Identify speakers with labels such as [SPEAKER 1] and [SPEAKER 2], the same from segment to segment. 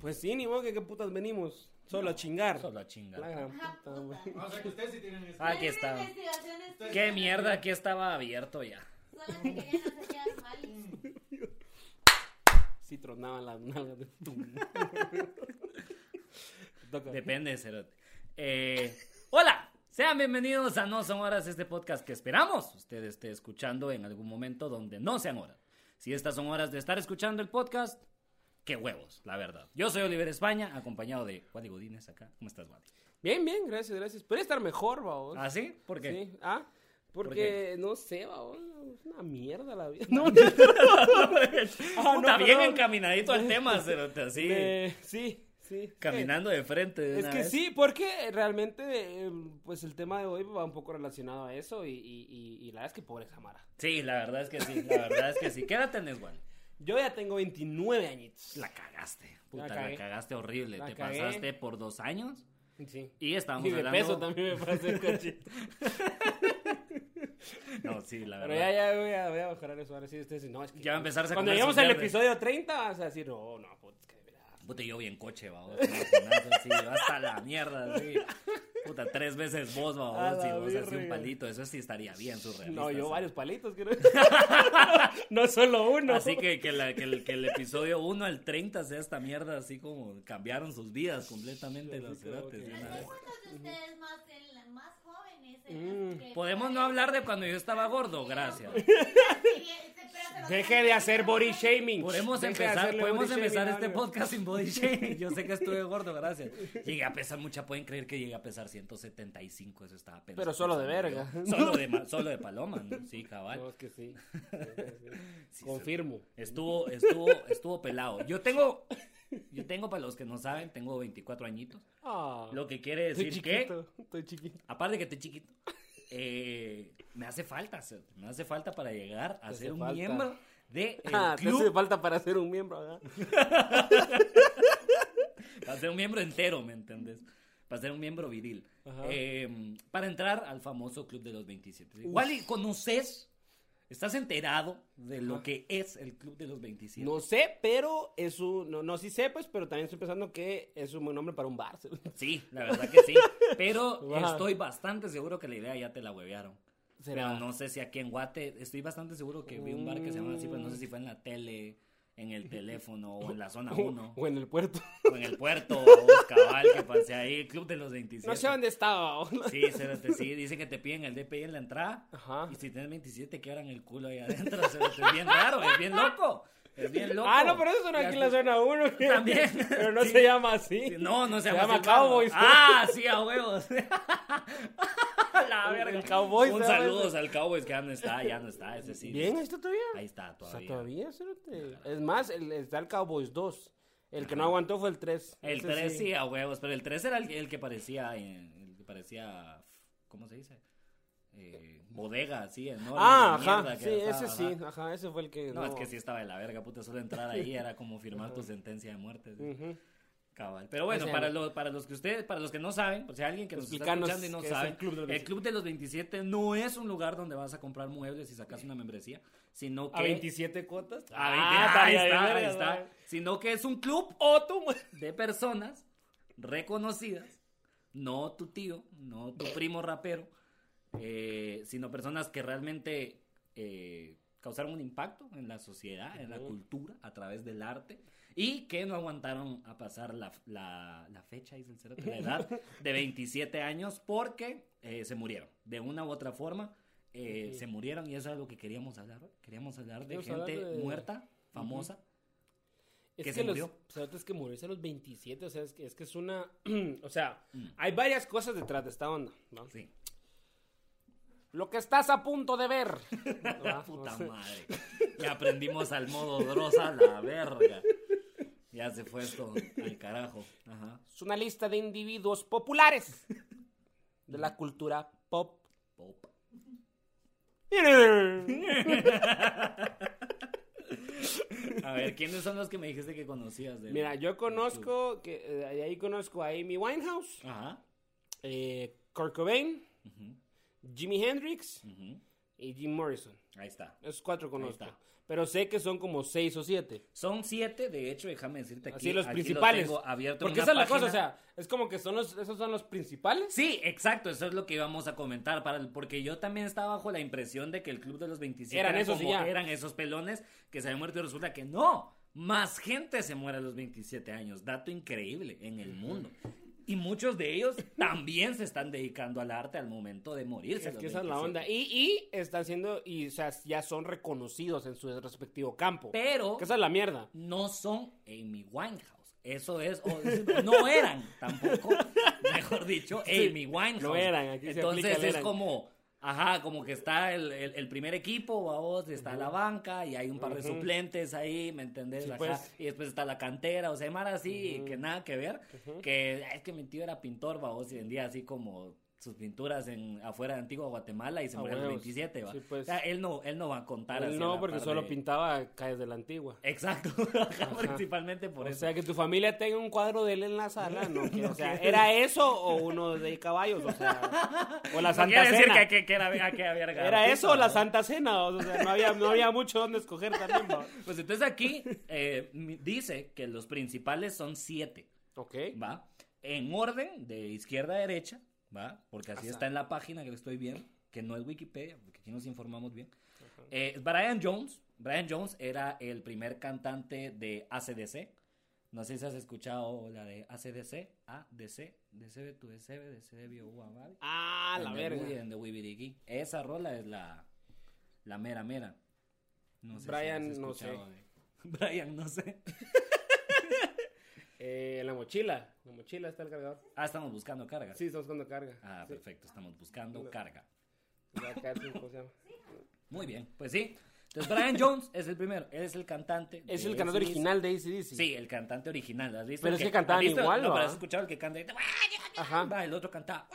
[SPEAKER 1] Pues sí, ni modo que qué putas venimos. Solo a chingar.
[SPEAKER 2] Solo a chingar.
[SPEAKER 1] La gran
[SPEAKER 3] Ajá,
[SPEAKER 1] puta, güey.
[SPEAKER 3] puta.
[SPEAKER 4] O sea que ustedes sí tienen eso.
[SPEAKER 2] Ah, Aquí
[SPEAKER 3] Una
[SPEAKER 2] estaba.
[SPEAKER 3] investigación es que
[SPEAKER 2] Qué mierda, aquí estaba abierto ya.
[SPEAKER 3] Solo te querían hacer quedar mal.
[SPEAKER 1] Sí tronaban las nalgas de tu. Te toca.
[SPEAKER 2] Depende, cerote. Eh, hola, sean bienvenidos a No Son Horas, este podcast que esperamos usted esté escuchando en algún momento donde no sean horas. Si estas son horas de estar escuchando el podcast, qué huevos, la verdad. Yo soy Oliver España, acompañado de Wally Godínez acá. ¿Cómo estás, Wally?
[SPEAKER 1] Bien, bien, gracias, gracias. Puede estar mejor, vamos.
[SPEAKER 2] ¿Ah, sí? ¿Por qué?
[SPEAKER 1] Sí, ah, porque
[SPEAKER 2] qué?
[SPEAKER 1] no sé, vamos. Es una mierda la vida. No,
[SPEAKER 2] Puta,
[SPEAKER 1] no, perdón.
[SPEAKER 2] Ah, bien encaminadito al tema, cerote, así.
[SPEAKER 1] eh, sí, sí.
[SPEAKER 2] Caminando de frente. de
[SPEAKER 1] Es
[SPEAKER 2] una
[SPEAKER 1] que
[SPEAKER 2] vez.
[SPEAKER 1] sí, porque realmente, eh, pues el tema de hoy va un poco relacionado a eso y, y- y- y la verdad es que pobre Samara.
[SPEAKER 2] Sí, la verdad es que sí, la verdad es que sí. ¿Qué edad tenés, Wally?
[SPEAKER 1] Yo ya tengo 29 añitos.
[SPEAKER 2] La cagaste, puta, la,
[SPEAKER 1] cagué.
[SPEAKER 2] cagaste horrible.
[SPEAKER 1] La
[SPEAKER 2] Te
[SPEAKER 1] cagué.
[SPEAKER 2] pasaste por dos años
[SPEAKER 1] Sí.
[SPEAKER 2] y estábamos
[SPEAKER 1] Y de
[SPEAKER 2] hablando...
[SPEAKER 1] peso también me parece coche.
[SPEAKER 2] No, sí, la
[SPEAKER 1] Pero
[SPEAKER 2] verdad.
[SPEAKER 1] ya, ya voy a, voy a mejorar eso. Ahora sí, ustedes dicen, no, es que-
[SPEAKER 2] Ya va a empezar a
[SPEAKER 1] Cuando
[SPEAKER 2] comer
[SPEAKER 1] lleguemos
[SPEAKER 2] su
[SPEAKER 1] al
[SPEAKER 2] mierda.
[SPEAKER 1] episodio 30 vas a decir, no, no, puta, es que de verdad.
[SPEAKER 2] Puta, yo bien coche, babos. así, yo hasta la mierda, así. Puta, tres veces vos,
[SPEAKER 1] A
[SPEAKER 2] babos,
[SPEAKER 1] la
[SPEAKER 2] y vos así un
[SPEAKER 1] virgen.
[SPEAKER 2] palito. Eso sí estaría bien surrealista.
[SPEAKER 1] No, yo
[SPEAKER 2] así.
[SPEAKER 1] varios palitos quiero. no solo uno.
[SPEAKER 2] Así que, que, la- que el, que el episodio 1 al 30 sea esta mierda, así como cambiaron sus vidas completamente
[SPEAKER 1] Sí,
[SPEAKER 2] los
[SPEAKER 1] así como
[SPEAKER 2] cerotes
[SPEAKER 1] que-
[SPEAKER 2] de una
[SPEAKER 3] Pero
[SPEAKER 2] vez.
[SPEAKER 3] hay cuantos de ustedes más, el- más jóvenes.
[SPEAKER 1] Mm.
[SPEAKER 2] Podemos no hablar de cuando yo estaba gordo, gracias.
[SPEAKER 1] Deje de hacer body shaming.
[SPEAKER 2] Podemos
[SPEAKER 1] Deje de
[SPEAKER 2] empezar,
[SPEAKER 1] hacerle
[SPEAKER 2] podemos
[SPEAKER 1] body shaming
[SPEAKER 2] empezar
[SPEAKER 1] a
[SPEAKER 2] este
[SPEAKER 1] Oliver.
[SPEAKER 2] podcast sin body shaming. Yo sé que estuve gordo, gracias. Llegué a pesar mucha, pueden creer que llegué a pesar 175, eso estaba pensando.
[SPEAKER 1] Pero solo de verga.
[SPEAKER 2] yo. Solo de, ma- solo de paloma, ¿no? Sí, cabal.
[SPEAKER 1] No, es que sí.
[SPEAKER 2] Sí,
[SPEAKER 1] Confirmo.
[SPEAKER 2] sí. Estuvo, estuvo, estuvo pelado. Yo tengo, yo tengo, para los que no saben, tengo 24 añitos.
[SPEAKER 1] Ah,
[SPEAKER 2] Lo que quiere
[SPEAKER 1] estoy
[SPEAKER 2] decir que
[SPEAKER 1] chiquito. Estoy chiquito.
[SPEAKER 2] Aparte de que estoy chiquito, eh, me hace falta, hacer- me hace falta para llegar a
[SPEAKER 1] Te
[SPEAKER 2] ser
[SPEAKER 1] hace
[SPEAKER 2] un
[SPEAKER 1] falta.
[SPEAKER 2] miembro de el
[SPEAKER 1] Ah, te hace
[SPEAKER 2] club,
[SPEAKER 1] falta para ser un miembro, ¿verdad?
[SPEAKER 2] para ser un miembro entero, ¿me entendés? Para ser un miembro viril.
[SPEAKER 1] Ajá.
[SPEAKER 2] Eh, para entrar al famoso club de los 27. Wally, ¿conoces? ¿Estás enterado de lo que es el club de los 27?
[SPEAKER 1] No sé, pero es un. No, no, sí sé, pues, pero también estoy pensando que es un buen nombre para un bar.
[SPEAKER 2] Sí, la verdad que sí. Pero
[SPEAKER 1] Ajá.
[SPEAKER 2] estoy bastante seguro que la idea ya te la huevearon.
[SPEAKER 1] ¿Será?
[SPEAKER 2] Pero no sé si aquí en Guate, estoy bastante seguro que vi un bar que se llama así, pero no sé si fue en la tele, en el teléfono, o en la zona 1,
[SPEAKER 1] O en el puerto.
[SPEAKER 2] o en el puerto, o cabal, que pasé ahí, el club de los 27.
[SPEAKER 1] No sé dónde estaba. ¿o?
[SPEAKER 2] Sí, cérate, sí, dice que te piden el DPI en la entrada,
[SPEAKER 1] Ajá.
[SPEAKER 2] y si tienes 27 quebran el culo ahí adentro, cérate, es bien raro, es bien loco, es bien loco.
[SPEAKER 1] Ah, no, pero eso son
[SPEAKER 2] Ya
[SPEAKER 1] aquí en la
[SPEAKER 2] estoy-
[SPEAKER 1] zona 1.
[SPEAKER 2] También.
[SPEAKER 1] Pero no
[SPEAKER 2] Sí.
[SPEAKER 1] se llama así.
[SPEAKER 2] Sí, No, no se,
[SPEAKER 1] Se
[SPEAKER 2] llama
[SPEAKER 1] llama
[SPEAKER 2] así, claro.
[SPEAKER 1] Cowboys.
[SPEAKER 2] Ah, sí, a huevos. La
[SPEAKER 1] El- el
[SPEAKER 2] verga.
[SPEAKER 1] Cowboys,
[SPEAKER 2] Un
[SPEAKER 1] se llama
[SPEAKER 2] saludo
[SPEAKER 1] ese.
[SPEAKER 2] al Cowboys que ya no está, ya no está, ese sí.
[SPEAKER 1] Bien, ahí está todavía.
[SPEAKER 2] Ahí está
[SPEAKER 1] O sea,
[SPEAKER 2] todavía.
[SPEAKER 1] todavía, cerote. Es más, el, está el Cowboys 2. El que no aguantó fue el 3.
[SPEAKER 2] El 3 sí. a huevos, pero el 3 era el, el que parecía eh, el que parecía ¿cómo se dice? Eh, bodega, sí, enorme.
[SPEAKER 1] Ah,
[SPEAKER 2] de mierda
[SPEAKER 1] ajá.
[SPEAKER 2] que
[SPEAKER 1] Sí,
[SPEAKER 2] estaba,
[SPEAKER 1] ese sí.
[SPEAKER 2] ajá.
[SPEAKER 1] Ajá, ese fue el que.
[SPEAKER 2] No, es que sí estaba de la verga, puta, solo entrar ahí era como firmar tu sentencia de muerte. sí.
[SPEAKER 1] Ujú.
[SPEAKER 2] Cabal. Pero bueno,
[SPEAKER 1] O sea,
[SPEAKER 2] para, los para los que ustedes, para los que no saben, por si hay alguien que nos está
[SPEAKER 1] Pues, Explícanos
[SPEAKER 2] escuchando y no
[SPEAKER 1] qué es el
[SPEAKER 2] sabe,
[SPEAKER 1] Club de los
[SPEAKER 2] el
[SPEAKER 1] 27.
[SPEAKER 2] Club de los 27 no es un lugar donde vas a comprar muebles y sacas una membresía, sino que...
[SPEAKER 1] A 27 cuotas. Ah,
[SPEAKER 2] A 20
[SPEAKER 1] todavía,
[SPEAKER 2] ahí está,
[SPEAKER 1] verga,
[SPEAKER 2] ahí está.
[SPEAKER 1] verga.
[SPEAKER 2] Sino que es un club Otum de personas reconocidas, no tu tío, no tu primo rapero, eh, sino personas que realmente eh, causaron un impacto en la sociedad, en la
[SPEAKER 1] Ujú.
[SPEAKER 2] cultura, a través del arte. Y que no aguantaron a pasar la, la, la fecha, dice el cerote, la edad de 27 años porque eh, se murieron. De una u otra forma, eh,
[SPEAKER 1] Ujú.
[SPEAKER 2] se murieron y eso es lo que queríamos hablar. hoy. Queríamos hablar de
[SPEAKER 1] Queríamos
[SPEAKER 2] gente
[SPEAKER 1] hablar de-
[SPEAKER 2] muerta, famosa.
[SPEAKER 1] Es
[SPEAKER 2] que
[SPEAKER 1] que,
[SPEAKER 2] se
[SPEAKER 1] los
[SPEAKER 2] murió.
[SPEAKER 1] cerotes que morirse a los 27, o sea, es que es, que es una... o sea, hay varias cosas detrás de esta onda, ¿no?
[SPEAKER 2] Mm. Sí.
[SPEAKER 1] Lo que estás a punto de ver. ¿va?
[SPEAKER 2] Puta
[SPEAKER 1] O sea,
[SPEAKER 2] madre. Ya Ah, pues, aprendimos al modo drosa la verga. Ya se fue esto al carajo. Ajá.
[SPEAKER 1] Es una lista de individuos populares de la cultura pop.
[SPEAKER 2] Pop. A ver, ¿quiénes son los que me dijiste que conocías? del-
[SPEAKER 1] Mira, yo
[SPEAKER 2] del club?
[SPEAKER 1] conozco, que, eh, ahí conozco a Amy Winehouse,
[SPEAKER 2] Ajá.
[SPEAKER 1] eh, Kurt Cobain,
[SPEAKER 2] Ujú,
[SPEAKER 1] Jimi Hendrix
[SPEAKER 2] ujú.
[SPEAKER 1] y Jim Morrison.
[SPEAKER 2] Ahí está.
[SPEAKER 1] Esos cuatro conozco.
[SPEAKER 2] está.
[SPEAKER 1] Pero sé que son como seis o siete.
[SPEAKER 2] Son siete, de hecho, déjame decirte aquí.
[SPEAKER 1] Así los
[SPEAKER 2] aquí
[SPEAKER 1] principales.
[SPEAKER 2] Lo tengo abierto en
[SPEAKER 1] Porque
[SPEAKER 2] una
[SPEAKER 1] esa es la cosa,
[SPEAKER 2] página.
[SPEAKER 1] o sea, es como que son los, esos son los principales.
[SPEAKER 2] Sí, exacto, eso es lo que íbamos a comentar, para el- porque yo también estaba bajo la impresión de que el Club de los 27
[SPEAKER 1] Eran
[SPEAKER 2] era
[SPEAKER 1] esos y
[SPEAKER 2] como-
[SPEAKER 1] ya.
[SPEAKER 2] eran esos pelones que se habían muerto y resulta que no, más gente se muere a los 27 años, dato increíble en el mundo. Y muchos de ellos también se están dedicando al arte al momento de morirse. a
[SPEAKER 1] Es
[SPEAKER 2] los
[SPEAKER 1] que esa es la
[SPEAKER 2] 27.
[SPEAKER 1] onda. Y, y están siendo, y o sea, ya son reconocidos en su respectivo campo.
[SPEAKER 2] Pero
[SPEAKER 1] Que esa es la mierda.
[SPEAKER 2] no son Amy Winehouse. Eso es, o- no eran tampoco, mejor dicho,
[SPEAKER 1] Sí,
[SPEAKER 2] Amy Winehouse.
[SPEAKER 1] no eran, aquí se
[SPEAKER 2] Entonces
[SPEAKER 1] aplica el
[SPEAKER 2] es
[SPEAKER 1] eran.
[SPEAKER 2] como, ajá, como que está el, el- el primer equipo, vamos, está la banca y hay un par de
[SPEAKER 1] Ujú.
[SPEAKER 2] suplentes ahí, ¿me entendés?
[SPEAKER 1] Sí,
[SPEAKER 2] Ajá,
[SPEAKER 1] pues.
[SPEAKER 2] Y después está la cantera, o sea, hay mara así, que nada que ver, que "Ah, es que mi tío era pintor, vamos, y vendía así como sus pinturas en afuera de Antigua Guatemala y se
[SPEAKER 1] Ah,
[SPEAKER 2] murió a los
[SPEAKER 1] huevos.
[SPEAKER 2] 27, va.
[SPEAKER 1] Sí, pues.
[SPEAKER 2] O sea, él no, él no va a contar
[SPEAKER 1] Él
[SPEAKER 2] así a
[SPEAKER 1] no,
[SPEAKER 2] la
[SPEAKER 1] porque
[SPEAKER 2] par
[SPEAKER 1] solo
[SPEAKER 2] de-
[SPEAKER 1] pintaba calles de la antigua.
[SPEAKER 2] Exacto, ajá, principalmente por
[SPEAKER 1] o
[SPEAKER 2] eso.
[SPEAKER 1] sea, que tu familia tenga un cuadro de él en la sala, no. que- o sea, ¿era eso o uno de caballos? O sea, o la
[SPEAKER 2] No
[SPEAKER 1] Santa
[SPEAKER 2] quiere decir
[SPEAKER 1] Cena.
[SPEAKER 2] que, que- que era, a que había
[SPEAKER 1] ¿Era eso o
[SPEAKER 2] artista,
[SPEAKER 1] la
[SPEAKER 2] ¿no?
[SPEAKER 1] Santa Cena? O sea, no había, no había mucho donde escoger también, ¿va?
[SPEAKER 2] Pues entonces aquí eh, mi- dice que los principales son siete,
[SPEAKER 1] Ok.
[SPEAKER 2] ¿va? En orden de izquierda a derecha, ¿va? Porque así
[SPEAKER 1] Ajá.
[SPEAKER 2] está en la página que lo estoy viendo, que no es Wikipedia, porque aquí nos informamos bien. Eh, Brian Jones, Brian Jones era el primer cantante de ACDC. No sé si has escuchado la de ACDC, ADC, DC de tu DC, DC de Bio Guamari.
[SPEAKER 1] Ah, la
[SPEAKER 2] And the Woody
[SPEAKER 1] verga.
[SPEAKER 2] and the Wibirigui. Esa rola es la, la mera mera. No sé
[SPEAKER 1] Brian,
[SPEAKER 2] has
[SPEAKER 1] no
[SPEAKER 2] escuchado de- Brian, no sé.
[SPEAKER 1] Eh, en la mochila. En la mochila está el cargador.
[SPEAKER 2] Ah, estamos buscando carga.
[SPEAKER 1] Sí, estamos cuando carga.
[SPEAKER 2] Ah,
[SPEAKER 1] Sí.
[SPEAKER 2] perfecto, estamos buscando
[SPEAKER 1] No.
[SPEAKER 2] carga.
[SPEAKER 1] Ya acá, sí, ¿cómo se llama?
[SPEAKER 2] Muy bien, pues sí. Entonces, Brian Jones es el primero. Él es el cantante.
[SPEAKER 1] Es
[SPEAKER 2] de
[SPEAKER 1] el canal
[SPEAKER 2] ACDC.
[SPEAKER 1] original de ACDC.
[SPEAKER 2] Sí, el cantante original. ¿Has visto?
[SPEAKER 1] Pero
[SPEAKER 2] El
[SPEAKER 1] es que cantaban
[SPEAKER 2] ¿has visto?
[SPEAKER 1] igual,
[SPEAKER 2] No,
[SPEAKER 1] ¿va?
[SPEAKER 2] pero has escuchado el que canta. y-
[SPEAKER 3] Ah,
[SPEAKER 1] Ajá.
[SPEAKER 2] Va, el otro cantaba.